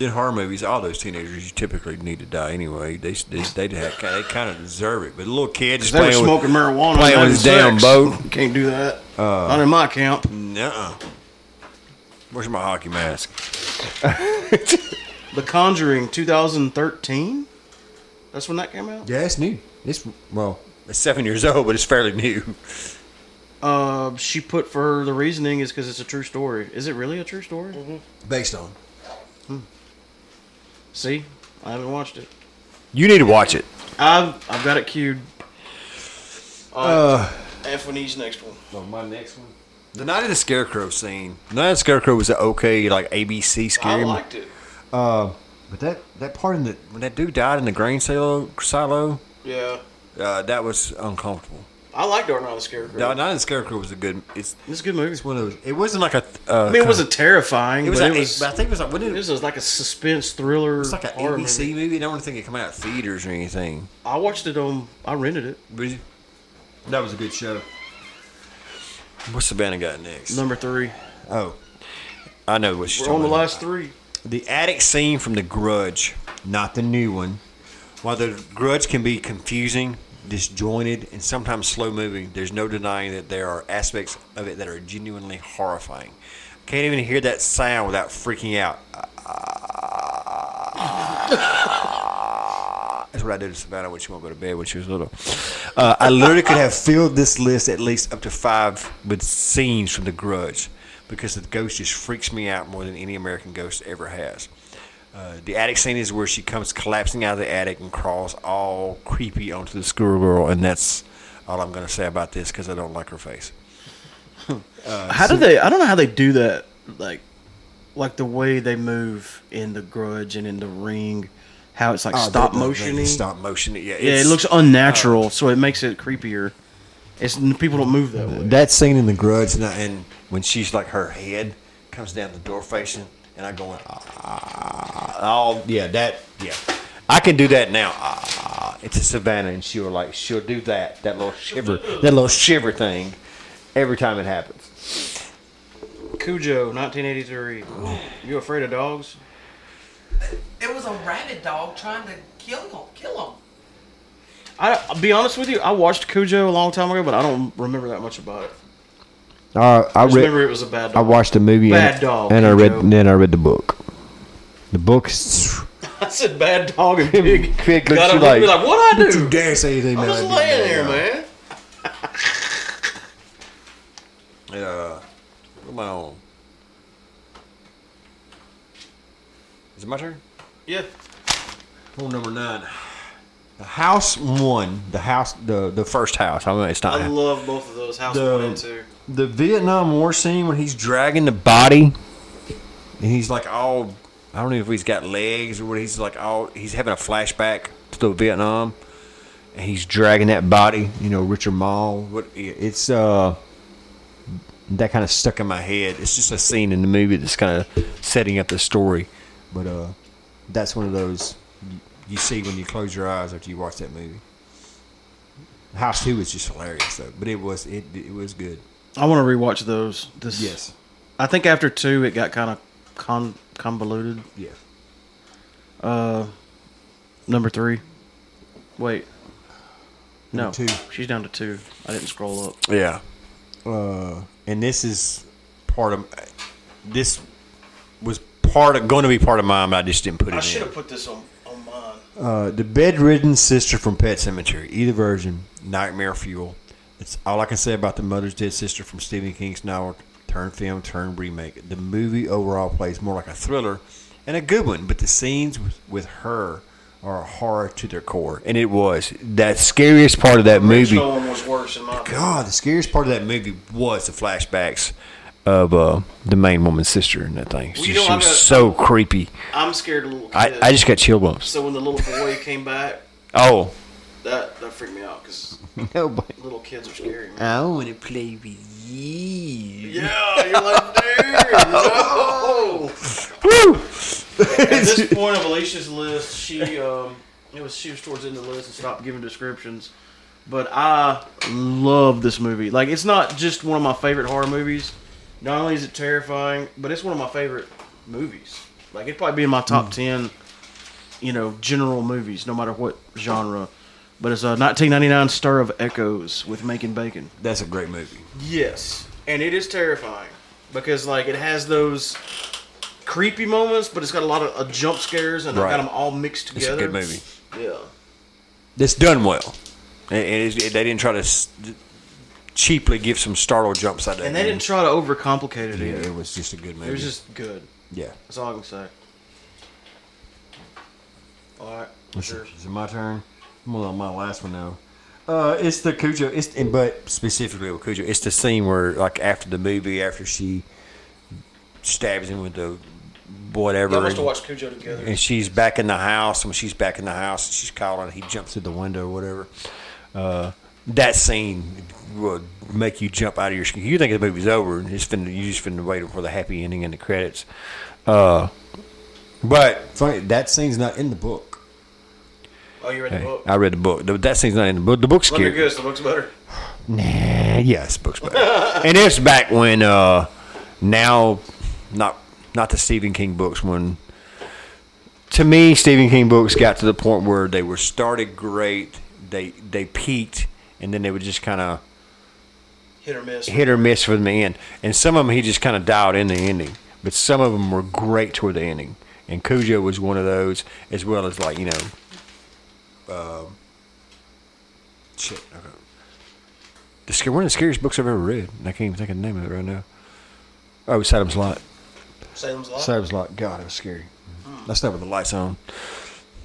in horror movies, all those teenagers you typically need to die anyway. They they they, they kind of deserve it, but little kids just They were playing with smoking marijuana. playing and with his having damn sex. boat. Uh. Can't do that. Not in my camp. Nuh-uh. Mm, uh-uh. Where's my hockey mask? The Conjuring, 2013. That's when that came out. yeah, it's new. It's well, It's seven years old, but it's fairly new. Uh, she put for her the reasoning is because it's a true story. Is it really a true story? based on. See, I haven't watched it. You need to watch it. I've I've got it queued. Uh, Anthony's next one. So my next one. The Night of the Scarecrow scene. The Night of the Scarecrow was an okay, like ABC I scary. mo- liked it. But that that part in the when that dude died in the grain silo silo, Yeah, uh, that was uncomfortable. I liked Dark Knight of the Scarecrow. The Night of the Scarecrow was a good. It's It's a good movie. it's one of those. It wasn't like a. Uh, I mean, it wasn't terrifying, It was. but like- it was. but I think it was like. When it did it, was just like a suspense thriller. It's like an horror ABC movie. movie. I don't think it came out of theaters or anything. I watched it on. I rented it. That was a good show. What's Savannah got next? Number three. Oh, I know what she's We're on the talking about. last three. The attic scene from The Grudge, not the new one. While The Grudge can be confusing, disjointed, and sometimes slow moving, there's no denying that there are aspects of it that are genuinely horrifying. Can't even hear that sound without freaking out. That's what I did to Savannah when she won't go to bed when she was little. Uh, I literally could have filled this list at least up to five with scenes from The Grudge because the ghost just freaks me out more than any American ghost ever has. Uh, the attic scene is where she comes collapsing out of the attic and crawls all creepy onto the schoolgirl, and that's all I'm going to say about this because I don't like her face. How do they? I don't know how they do that. Like, like the way they move in the Grudge and in the Ring, how it's like stop motioning. Stop motion. Yeah, Yeah, it it's- looks unnatural, so it makes it creepier. It's n- people don't move that way. That scene in The Grudge, and, I, and when she's like her head comes down the door facing, and I go, ah, all yeah, that yeah, I can do that now. Ah, it's a Savannah, and she'll like she'll do that that little shiver, that little shiver thing, every time it happens. Cujo, 1983. You afraid of dogs? It was a rabid dog trying to kill him. Kill him. I, I'll be honest with you. I watched Cujo a long time ago, but I don't remember that much about it. Uh, I I just read. remember it was a bad dog. I watched the movie Bad and, dog, and I read Cujo. then I read the book. The book is I said bad dog and pig. Pig looks Got him you like- like, like what I do? You dare say anything I'm about just it. laying there, man. Uh, what am I on? Is it my turn? Yeah. Rule number nine. The house one, the house, the the first house. I mean, it's not. I love both of those. House The- one and two. the Vietnam War scene when he's dragging the body, and he's like all I don't know if he's got legs or what. He's like all he's having a flashback to the Vietnam, and he's dragging that body. you know Richard Mall. What it's uh that kind of stuck in my head. It's just a scene in the movie that's kind of setting up the story, but uh that's one of those you- you see when you close your eyes after you watch that movie. House two was just hilarious though, but it was it it was good. I want to rewatch those. This Yes. I think after two, it got kind of con- convoluted. Yeah. Number three. Wait. No, Number two. she's down to two. I didn't scroll up. Yeah. Uh, and this is part of this was part of going to be part of mine, but I just didn't put it in. put this on, on mine. Uh, the bedridden sister from Pet Cemetery, either version, nightmare fuel. That's all I can say about the mother's dead sister from Stephen King's novel turn film turn remake. The movie overall plays more like a thriller and a good one, but the scenes with, with her are a horror to their core, and it was that scariest part of that movie. Original one was worse in my opinion. God, the scariest part of that movie was the flashbacks of uh, the main woman's sister and that thing. She, you know, she I was got- so creepy. I'm scared of little kids. I, I just got chill bumps. so when the little boy came back, Oh, that that freaked me out because Nobody. little kids are scary. Man. I want to play with you. Yeah, you're like, dude, no. At this point of Alicia's list, she um, it was she was towards the end of the list and stopped giving descriptions. But I love this movie. Like, it's not just one of my favorite horror movies. Not only is it terrifying, but it's one of my favorite movies. Like, it'd probably be in my top 10, you know, general movies, no matter what genre. But it's a 1999 Stir of Echoes with Making Bacon. That's a great movie. Yes, and it is terrifying because like it has those creepy moments, but it's got a lot of uh, jump scares and I Right. got them all mixed It's a together. good movie. Yeah, It's done well. And and it, they didn't try to s- cheaply give some startle jumps out there. and they didn't try to overcomplicate it Yeah, either. it was just a good movie. It was just good. yeah. That's all I can say. All right, Is sure. it my turn? I'm on my last one now. Uh, it's the Cujo. It's and, but specifically with Cujo, it's the scene where like after the movie, after she stabs him with the whatever, Y'all must have and, watched Cujo together. and she's back in the house. And when she's back in the house, she's calling. He jumps through the window or whatever. Uh, that scene will make you jump out of your skin. You think the movie's over, and it's finna, you just finna wait for the happy ending and the credits. Uh, but Funny, that scene's not in the book. Oh, you read the Hey, book? I read the book. The- That scene's not in the book. The book's Look, it scary. goes. The book's better. Nah, yes, book's better. and it's back when uh, now, not not the Stephen King books. When to me, Stephen King books got to the point where they were started great. They they peaked, and then they would just kind of Hit or miss. hit or miss from the end. And some of them he just kind of dialed in the ending, but some of them were great toward the ending. And Cujo was one of those, as well as like you know, um, shit. Okay. The scar- one of the scariest books I've ever read, and I can't even think of the name of it right now. Oh, Salem's Lot. Salem's Lot. Salem's Lot. God, it was scary. I slept with the lights on.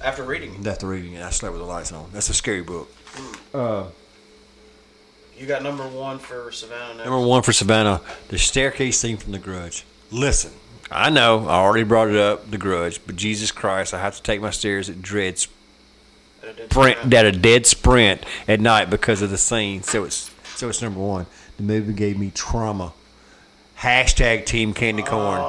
After reading it, After reading it, I slept with the lights on. That's a scary book. you got number one for Savannah. Next. Number one for Savannah, the staircase scene from The Grudge. Listen, I know I already brought it up, The Grudge, but Jesus Christ, I have to take my stairs at dread sprint, at a dead sprint at night because of the scene. So it's so it's number one. The movie gave me trauma. Hashtag Team Candy Corn.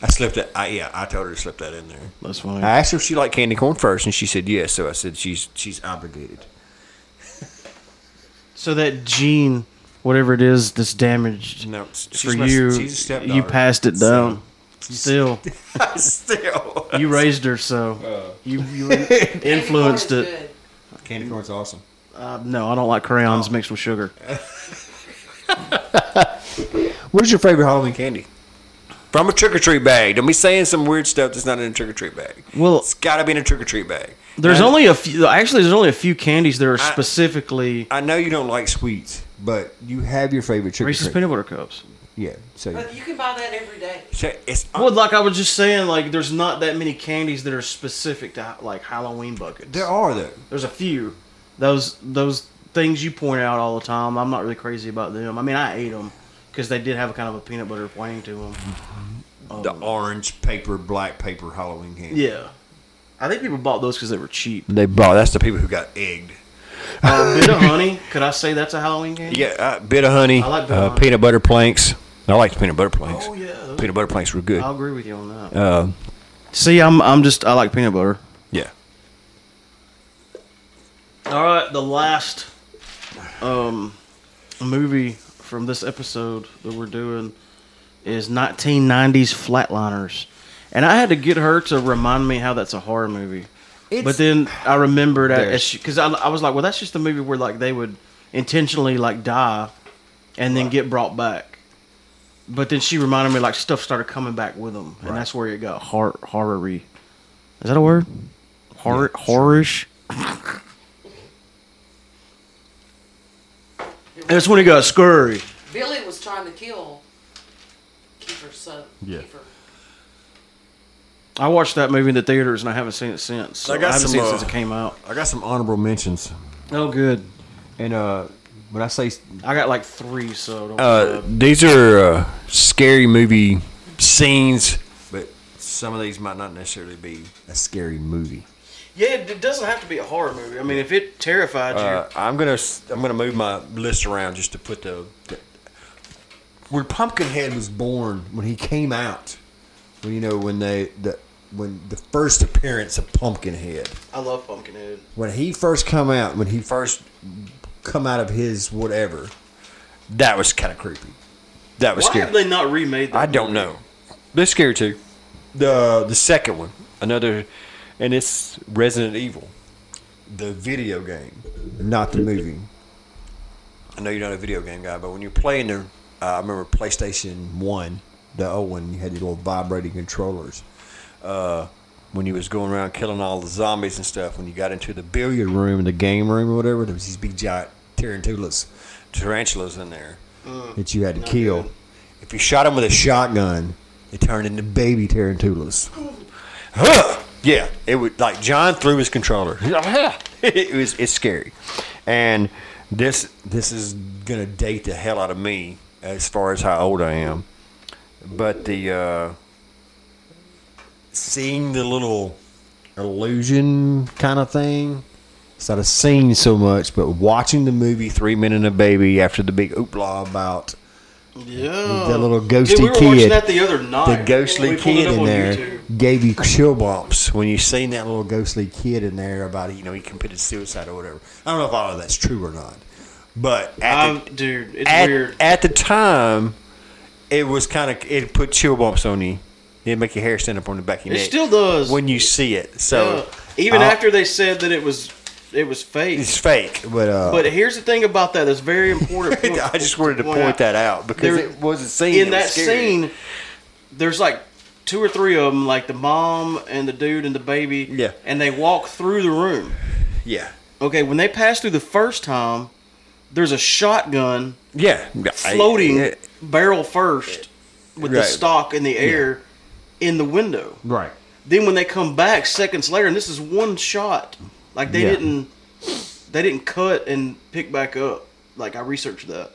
I slipped it. I, yeah, I told her to slip that in there. That's funny. I asked her if she liked candy corn first, and she said yes. So I said she's she's obligated. So that gene, whatever it is, that's damaged No, for you, you passed it down. Still, Still, you raised her, so Uh. you, you influenced Corn is it. good. candy corn's awesome. Uh, no, I don't like crayons Oh. mixed with sugar. What is your favorite Halloween candy? From a trick or treat bag. Don't be saying some weird stuff that's not in a trick or treat bag. Well- it's got to be in a trick or treat bag. There's I- only a few. Actually, there's only a few candies that are I- specifically I know you don't like sweets, But you have your favorite trick or Reese's treat. peanut butter cups. Yeah. So But you can buy that every day. so it's Well, like I was just saying, like there's not that many candies that are specific to like Halloween buckets. there are though. There's a few. Those those things you point out all the time. I'm not really crazy about them. I mean, I ate them because they did have a kind of a peanut butter wing to them. The orange paper, black paper Halloween candy. Oh. Yeah, I think people bought those because they were cheap. They bought. That's the people who got egged. Uh, bit of honey. Could I say that's a Halloween candy? Yeah, uh, bit of honey, I like bit of uh, honey. peanut butter planks. I like the peanut butter planks. Oh yeah. those- Peanut butter planks were good. I'll agree with you on that. Uh, See, I'm I'm just I like peanut butter. yeah. All right, the last um movie from this episode that we're doing is 1990s Flatliners, and I had to get her to remind me how that's a horror movie. but then I remembered because I, I was like, well, that's just the movie where like they would intentionally like die and then get brought back. But then she reminded me like stuff started coming back with them, and that's where it got hor- horror-y. Is that a word? Horror, horrorish. That's when it got scurry. Billy was trying to kill Kiefer. So yeah. Kiefer. I watched that movie in the theaters and I haven't seen it since. So I, I got haven't some, seen it uh, since it came out. I got some honorable mentions. Oh, good. and uh, when I say I got like three, so don't Uh, worry. these are uh, scary movie scenes, but some of these might not necessarily be. a scary movie, Yeah, it it doesn't have to be a horror movie. I mean, if it terrified you, Uh, I'm gonna s- I'm gonna move my list around just to put the. the when Pumpkinhead was born, when he came out, when you know when they the when the first appearance of Pumpkinhead I love Pumpkinhead. when he first come out when he first come out of his whatever. That was kind of creepy. That was Why scary. have they not remade that? I don't know. They're scary too. The the second one, another, and it's Resident Evil, the video game, not the movie. I know you're not a video game guy, but when you're playing the, uh, I remember PlayStation One, the old one, you had the little vibrating controllers. Uh, when you was going around killing all the zombies and stuff, when you got into the billiard room, the game room or whatever, there was these big giant tarantulas, tarantulas in there that you had to kill. If you shot them with a shotgun, they turned into baby tarantulas. Huh. Yeah, it would like John threw his controller. Oh, it was it's scary, and this this is gonna date the hell out of me as far as how old I am. But the uh, seeing the little illusion kind of thing. it's not a scene so much, but watching the movie Three Men and a Baby after the big hoopla about Yeah. that little Dude, ghosty we were watching kid. that the other night. the ghostly We pulled it kid up in on there YouTube. gave you chill bumps when you seen that little ghostly kid in there about you know he committed suicide or whatever. I don't know if all of that's true or not, but at, I'm, the, dude, Um, it's at, weird. at the time, it was kind of it put chill bumps on you. It make your hair stand up on the back of your It neck still does. when you see it. So Yeah. even I'll- after they said that it was it was fake. it's fake, but uh, But here's the thing about that that's very important. point- I just wanted to point point that out because There- it was a scene In was that scary. scene, there's like two or three of them, like the mom and the dude and the baby. Yeah. And they walk through the room. Yeah, Okay, when they pass through the first time, there's a shotgun yeah, floating I- barrel first with the Right. stock in the air in the window. Right. Then when they come back seconds later, and this is one shot, like they Yeah. didn't they didn't cut and pick back up. Like I researched that.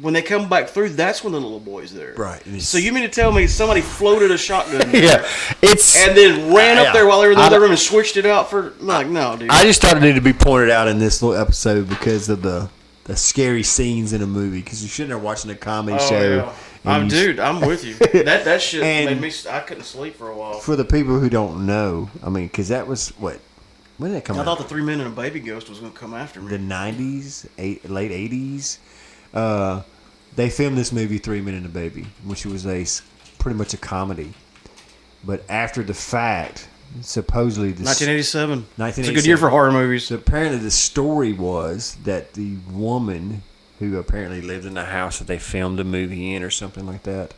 When they come back through, that's when the little boy's there. Right. It's- So you mean to tell me somebody floated a shotgun yeah, it's and then ran up Yeah. there while they were in the I- other room and switched it out for like no, dude. I just thought it needed to be pointed out in this little episode because of the the scary scenes in a movie. Because you're sitting there watching a comedy Oh, show. yeah. and I'm you- dude. I'm with you. That that shit And- made me. s- I couldn't sleep for a while. For the people who don't know, I mean, because that was what when did that come I out? thought the three men and a baby ghost was gonna come after the me. '90s, eight, late '80s. Uh, they filmed this movie Three Men and a Baby, which was a s- pretty much a comedy. But after the fact, supposedly the s- 1987. It's a 1987. good year for horror movies. So apparently, the story was that the woman who apparently lived in the house that they filmed the movie in, or something like that,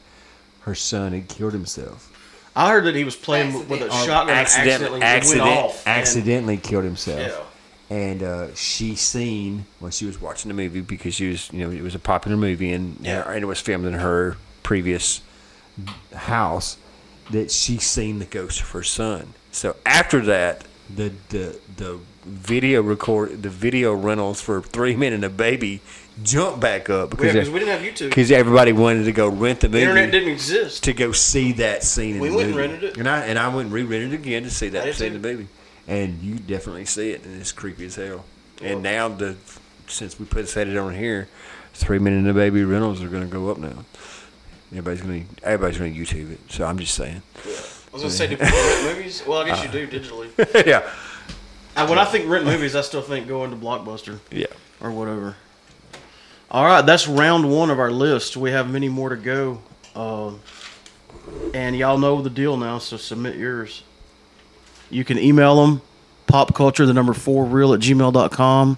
her son had killed himself. I heard that he was playing with a Accident. shotgun. Accidentally, accidentally Oh, accident- went off. and- accidentally killed himself. Yeah. And uh, she seen when she was watching the movie because she was, you know, it was a popular movie, and Yeah. and it was filmed in her previous house that she seen the ghost of her son. So after that, the the the video record the video rentals for three men and a baby jumped back Yeah, up because because we didn't have YouTube. 'cause everybody wanted to go rent the The movie internet didn't exist. to go see that scene. In We the went and movie. rented it. and I and I went and re-rented it again to see I that did scene in too. the movie. And you definitely see it, and it's creepy as hell. And now the since we put set it on here, three minute and a baby rentals are going to go up now. Everybody's going to everybody's going to YouTube it. So I'm just saying. I was gonna say, do people rent movies? Well, I guess you Uh. do digitally. yeah, I, Uh, when I think rent movies, I still think going to Blockbuster yeah. or whatever. All right, that's round one of our list. We have many more to go, um, and y'all know the deal now. So submit yours. You can email them popculture the number four real at gmail.com.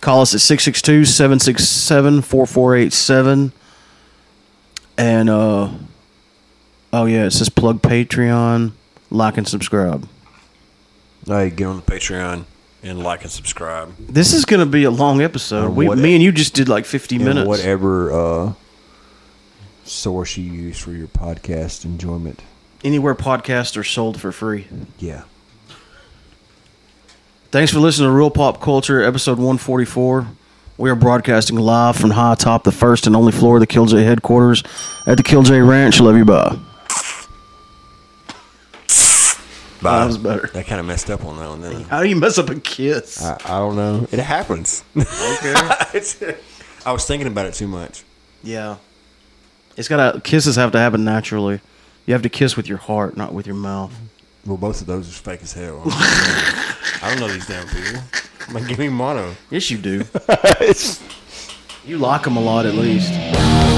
Call us at 662 767 4487. And, uh, oh, yeah, it says plug Patreon, like, and subscribe. Hey, get on the Patreon and like and subscribe. This is going to be a long episode. We, what- me and you just did like 50 minutes. And whatever uh, source you use for your podcast enjoyment. Anywhere podcasts are sold for free. Yeah. Thanks for listening to Real Pop Culture, episode 144. We are broadcasting live from high atop the first and only floor of the Killjoy headquarters at the Killjoy Ranch. Love you, bye. Bye. That was better. That kind of messed up on that one. didn't I? How do you mess up a kiss? I, I don't know. It happens. Okay. I was thinking about it too much. yeah. It's got to, kisses have to happen naturally. You have to kiss with your heart, not with your mouth. Well, both of those are fake as hell. I don't know these damn people. Like, give me mono. Yes, you do. you lock them a lot, at least.